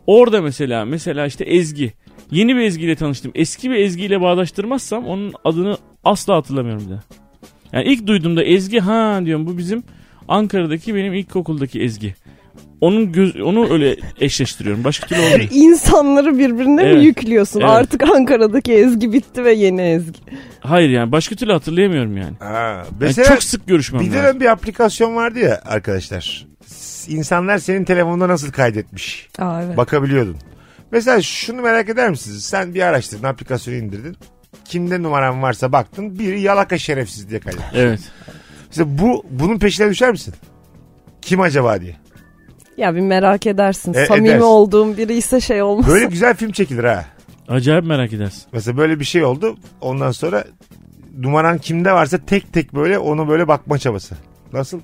E: orada mesela mesela işte Ezgi. Yeni bir Ezgi ile tanıştım. Eski bir Ezgi ile bağdaştırmazsam onun adını asla hatırlamıyorum bir daha. Yani ilk duyduğumda Ezgi ha diyorum bu bizim Ankara'daki benim ilkokuldaki Ezgi. Onun göz, onu öyle eşleştiriyorum. Başka türlü olmuyor.
D: İnsanları birbirine mi
E: Evet.
D: yüklüyorsun?
E: Evet.
D: Artık Ankara'daki Ezgi bitti ve yeni Ezgi.
E: Hayır yani başka türlü hatırlayamıyorum yani.
C: Ha,
E: Yani
C: mesela
E: çok sık görüşmem
C: bir
E: lazım.
C: dönem bir aplikasyon vardı ya arkadaşlar. S- İnsanlar senin telefonunda nasıl kaydetmiş?
D: Aa, evet.
C: bakabiliyordun. Mesela şunu merak eder misiniz? Sen bir araştırdın, aplikasyonu indirdin. Kimde numaran varsa baktın. Biri yalaka şerefsiz diye kaydı.
E: Evet.
C: Mesela bu bunun peşine düşer misin? Kim acaba diye.
D: Ya bir merak edersin.
C: E,
D: Samimi
C: edersin.
D: olduğum biri ise şey olmaz.
C: Böyle güzel film çekilir ha.
E: Acayip merak edersin.
C: Mesela böyle bir şey oldu. Ondan sonra numaran kimde varsa tek tek böyle onu böyle bakma çabası. Nasıl?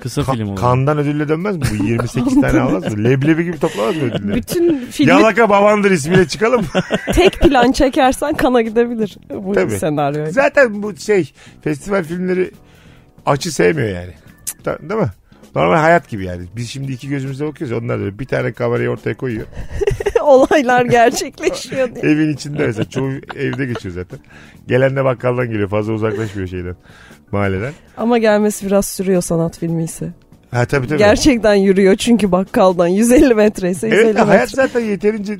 E: Kısa
C: Ka-
E: film olur.
C: kandan ödülle dönmez mi? Bu 28 tane almaz mı? Leblebi gibi toplamaz mı ödülleri?
D: Bütün filmi
C: Yalaka babandır ismiyle çıkalım.
D: tek plan çekersen kana gidebilir bu
C: Tabii.
D: senaryo.
C: Zaten bu şey festival filmleri açı sevmiyor yani. Ta- Değil mi? Normal hayat gibi yani. Biz şimdi iki gözümüzle bakıyoruz. ya, Onlar da bir tane kamerayı ortaya koyuyor.
D: Olaylar gerçekleşiyor diye.
C: Evin içinde mesela. Çoğu evde geçiyor zaten. Gelen de bakkaldan geliyor. Fazla uzaklaşmıyor şeyden. Mahalleden.
D: Ama gelmesi biraz sürüyor sanat filmi ise.
C: Ha tabii tabii.
D: Gerçekten yürüyor çünkü bakkaldan 150 metre ise 150
C: evet de
D: metre.
C: hayat zaten yeterince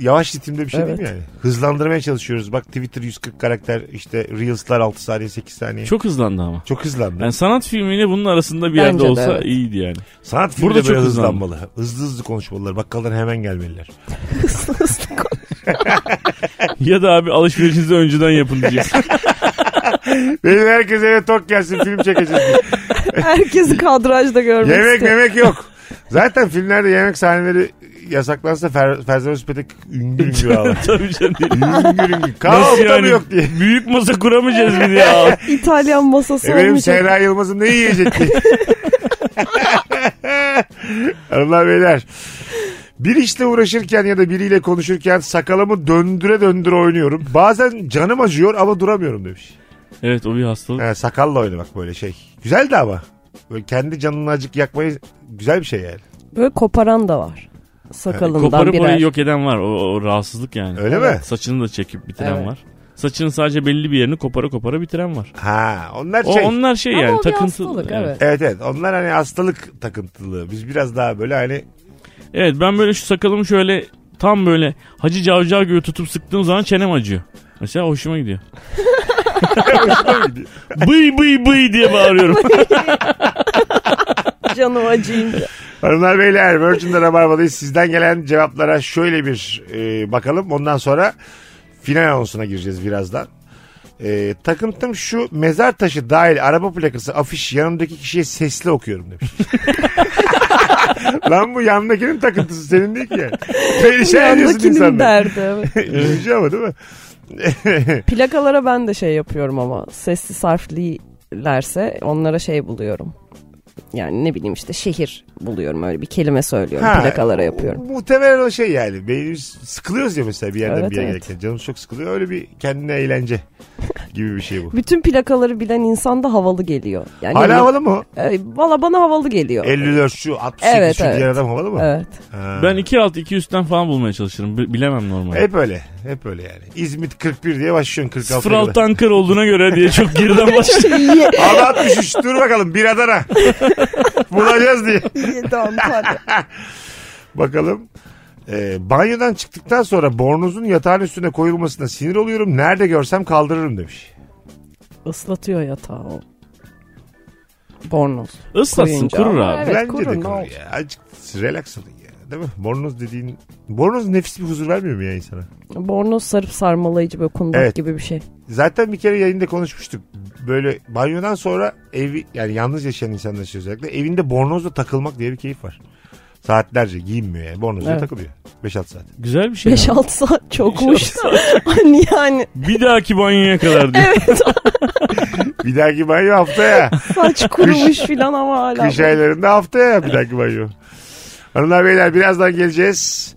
C: yavaş ritimde bir şey değil mi
D: Evet.
C: yani? Hızlandırmaya çalışıyoruz. Bak Twitter 140 karakter işte Reels'lar 6 saniye 8 saniye. Çok,
E: Çok hızlandı ama.
C: hızlandı.
E: Yani sanat filmiyle bunun arasında bir
D: Bence
E: yerde
D: de,
E: olsa
D: evet.
E: iyiydi yani.
C: Sanat filmi
E: Burada
C: de böyle
E: çok
C: hızlanmalı. Hızlı hızlı konuşmalılar. Bakkaldan hemen gelmeliler.
E: ya da abi alışverişinizi önceden yapın diyeceksin.
C: Benim herkes eve tok gelsin film çekeceğiz diye.
D: Herkesi kadrajda görmek
C: yemek
D: istiyor.
C: yemek yok. Zaten filmlerde yemek sahneleri yasaklansa Fer Ferzan Özpetek üngür üngür ağlar.
E: Tabii canım.
C: üngür üngür. Kahvaltı mı yok diye.
E: Büyük masa kuramayacağız bir ya.
D: İtalyan masası
C: E benim
D: olmayacak.
C: Sehra Yılmaz'ım ne yiyecek diye. Allah beyler. Bir işle uğraşırken ya da biriyle konuşurken sakalımı döndüre döndüre oynuyorum. Bazen canım acıyor ama duramıyorum demiş.
E: Evet o bir hastalık.
C: Ha, sakalla oynamak böyle şey. Güzeldi ama. Böyle kendi canını acık yakmayı güzel bir şey yani.
D: Böyle koparan da var. Sakalından
E: Koparıp
D: birer.
E: orayı yok eden var. O, o rahatsızlık yani.
C: Öyle mi?
E: Saçını da çekip bitiren
D: Evet.
E: var. Saçının sadece belli bir yerini kopara kopara bitiren var.
C: Ha onlar
E: O
C: şey.
E: onlar şey
D: Ama
E: yani
D: o bir
E: takıntı.
D: hastalık,
E: evet.
D: evet.
C: Evet evet onlar hani hastalık takıntılığı. Biz biraz daha böyle hani
E: Evet, ben böyle şu sakalımı şöyle tam böyle Hacı Cavcav gibi tutup sıktığım zaman çenem acıyor. Mesela hoşuma gidiyor. bıy bıy bıy diye bağırıyorum.
D: Canım acıyınca.
C: Hanımlar beyler Virgin'de Rabarba'dayız. Sizden gelen cevaplara şöyle bir e, bakalım. Ondan sonra final anonsuna gireceğiz birazdan. E, takıntım şu mezar taşı dahil araba plakası afiş yanımdaki kişiye sesli okuyorum demiş. Lan bu yanındakinin takıntısı senin değil ki yani. Perişan ediyorsun
D: Yanındakinin
C: insanları.
D: derdi. evet.
C: Üzücü ama değil mi?
D: Plakalara ben de şey yapıyorum ama sesli harflilerse onlara şey buluyorum. Yani ne bileyim işte şehir buluyorum öyle bir kelime söylüyorum
C: Ha,
D: plakalara
C: mu-
D: yapıyorum.
C: Muhtemelen o şey yani. Beynimiz sıkılıyoruz ya mesela bir yerden
D: Evet,
C: bir yere
D: evet.
C: gelirken. Canımız çok sıkılıyor. Öyle bir kendine eğlence gibi bir şey bu.
D: Bütün plakaları bilen insan da havalı geliyor. Yani
C: Hala havalı mı? o?
D: E, Valla bana havalı geliyor.
C: 54 şu 68
D: Evet,
C: şu
D: evet.
C: diğer adam havalı mı?
D: Evet.
C: Ha.
E: ben iki alt iki üstten falan bulmaya çalışırım. Bi- bilemem normalde.
C: Hep öyle. Hep öyle yani. İzmit 41 diye başlıyorsun 46.
E: Sıfır
C: 'ya kadar.
E: alttan kır olduğuna göre diye çok geriden başlıyor.
C: Abi 63 dur bakalım bir Adana. Bulacağız diye.
D: Yedi Antalya.
C: Bakalım. Ee, banyodan çıktıktan sonra bornozun yatağın üstüne koyulmasına sinir oluyorum. Nerede görsem kaldırırım demiş.
D: Islatıyor yatağı o. Bornoz.
E: Islatsın
D: Koyunca.
E: kurur
D: Ama
E: abi.
D: Evet,
C: Bence
D: kurun,
C: de
D: ne
C: kurun
D: olacak?
C: ya. Azıcık relax olun ya. Değil mi? Bornoz dediğin... Bornoz nefis bir huzur vermiyor mu ya insana?
D: Bornoz sarıp sarmalayıcı böyle kundak
C: Evet.
D: gibi bir şey.
C: Zaten bir kere yayında konuşmuştuk. Böyle banyodan sonra evi yani yalnız yaşayan insanlar için özellikle evinde bornozla takılmak diye bir keyif var. Saatlerce giyinmiyor yani bornozla
D: Evet.
C: takılıyor. 5-6 saat.
E: Güzel bir şey.
D: 5-6 saat çokmuş. hani yani
E: Bir dahaki banyoya kadar diyor.
C: Bir dahaki banyo haftaya.
D: saç kurumuş filan ama hala.
C: Kış aylarında haftaya bir dahaki banyo. Hanımlar beyler birazdan geleceğiz.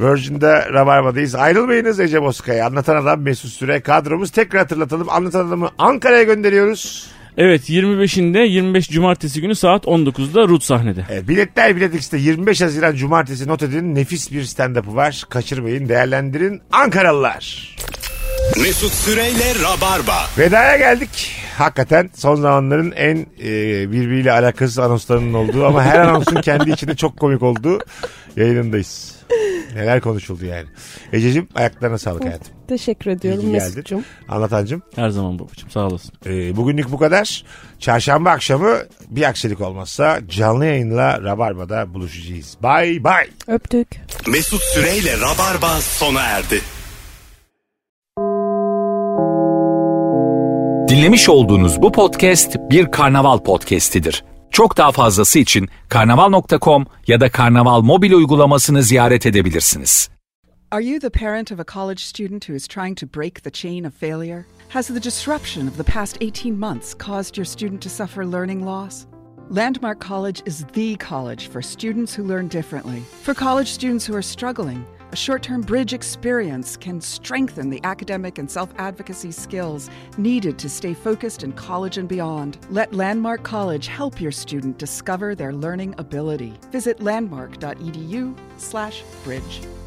C: Virgin'de Rabarba'dayız. Ayrılmayınız Ece Bozkaya. Anlatan Adam Mesut Süre. Kadromuz tekrar hatırlatalım. Anlatan Adam'ı Ankara'ya gönderiyoruz.
E: Evet 25'inde 25 cumartesi günü saat 19'da Rut sahnede.
C: E, biletler Bilet X'te 25 Haziran Cumartesi not edin. Nefis bir stand-up'ı var. Kaçırmayın, değerlendirin. Ankaralılar.
B: Mesut Süreyle Rabarba.
C: Vedaya geldik. Hakikaten son zamanların en e, birbiriyle alakasız anonslarının olduğu ama her anonsun kendi içinde çok komik olduğu yayınındayız. Neler konuşuldu yani. Ececiğim ayaklarına sağlık hayatım.
D: Teşekkür ediyorum
C: İyi ki geldin.
D: Mesut'cum.
C: Anlatancım.
E: Her zaman babacığım sağ olasın.
C: Ee, bugünlük bu kadar. Çarşamba akşamı bir aksilik olmazsa canlı yayınla Rabarba'da buluşacağız. Bay bay.
D: Öptük.
B: Mesut Süreyle Rabarba sona erdi.
A: Dinlemiş olduğunuz bu podcast bir karnaval podcastidir. Çok daha fazlası için karnaval.com ya da karnaval mobil uygulamasını ziyaret edebilirsiniz.
F: Are you the parent of a college student who is trying to break the chain of failure? Has the disruption of the past 18 months caused your student to suffer learning loss? Landmark College is the college for students who learn differently. For college students who are struggling, a short term bridge experience can strengthen the academic and self advocacy skills needed to stay focused in college and beyond. Let Landmark College help your E student discover their learning ability. Visit landmark.edu/slash bridge.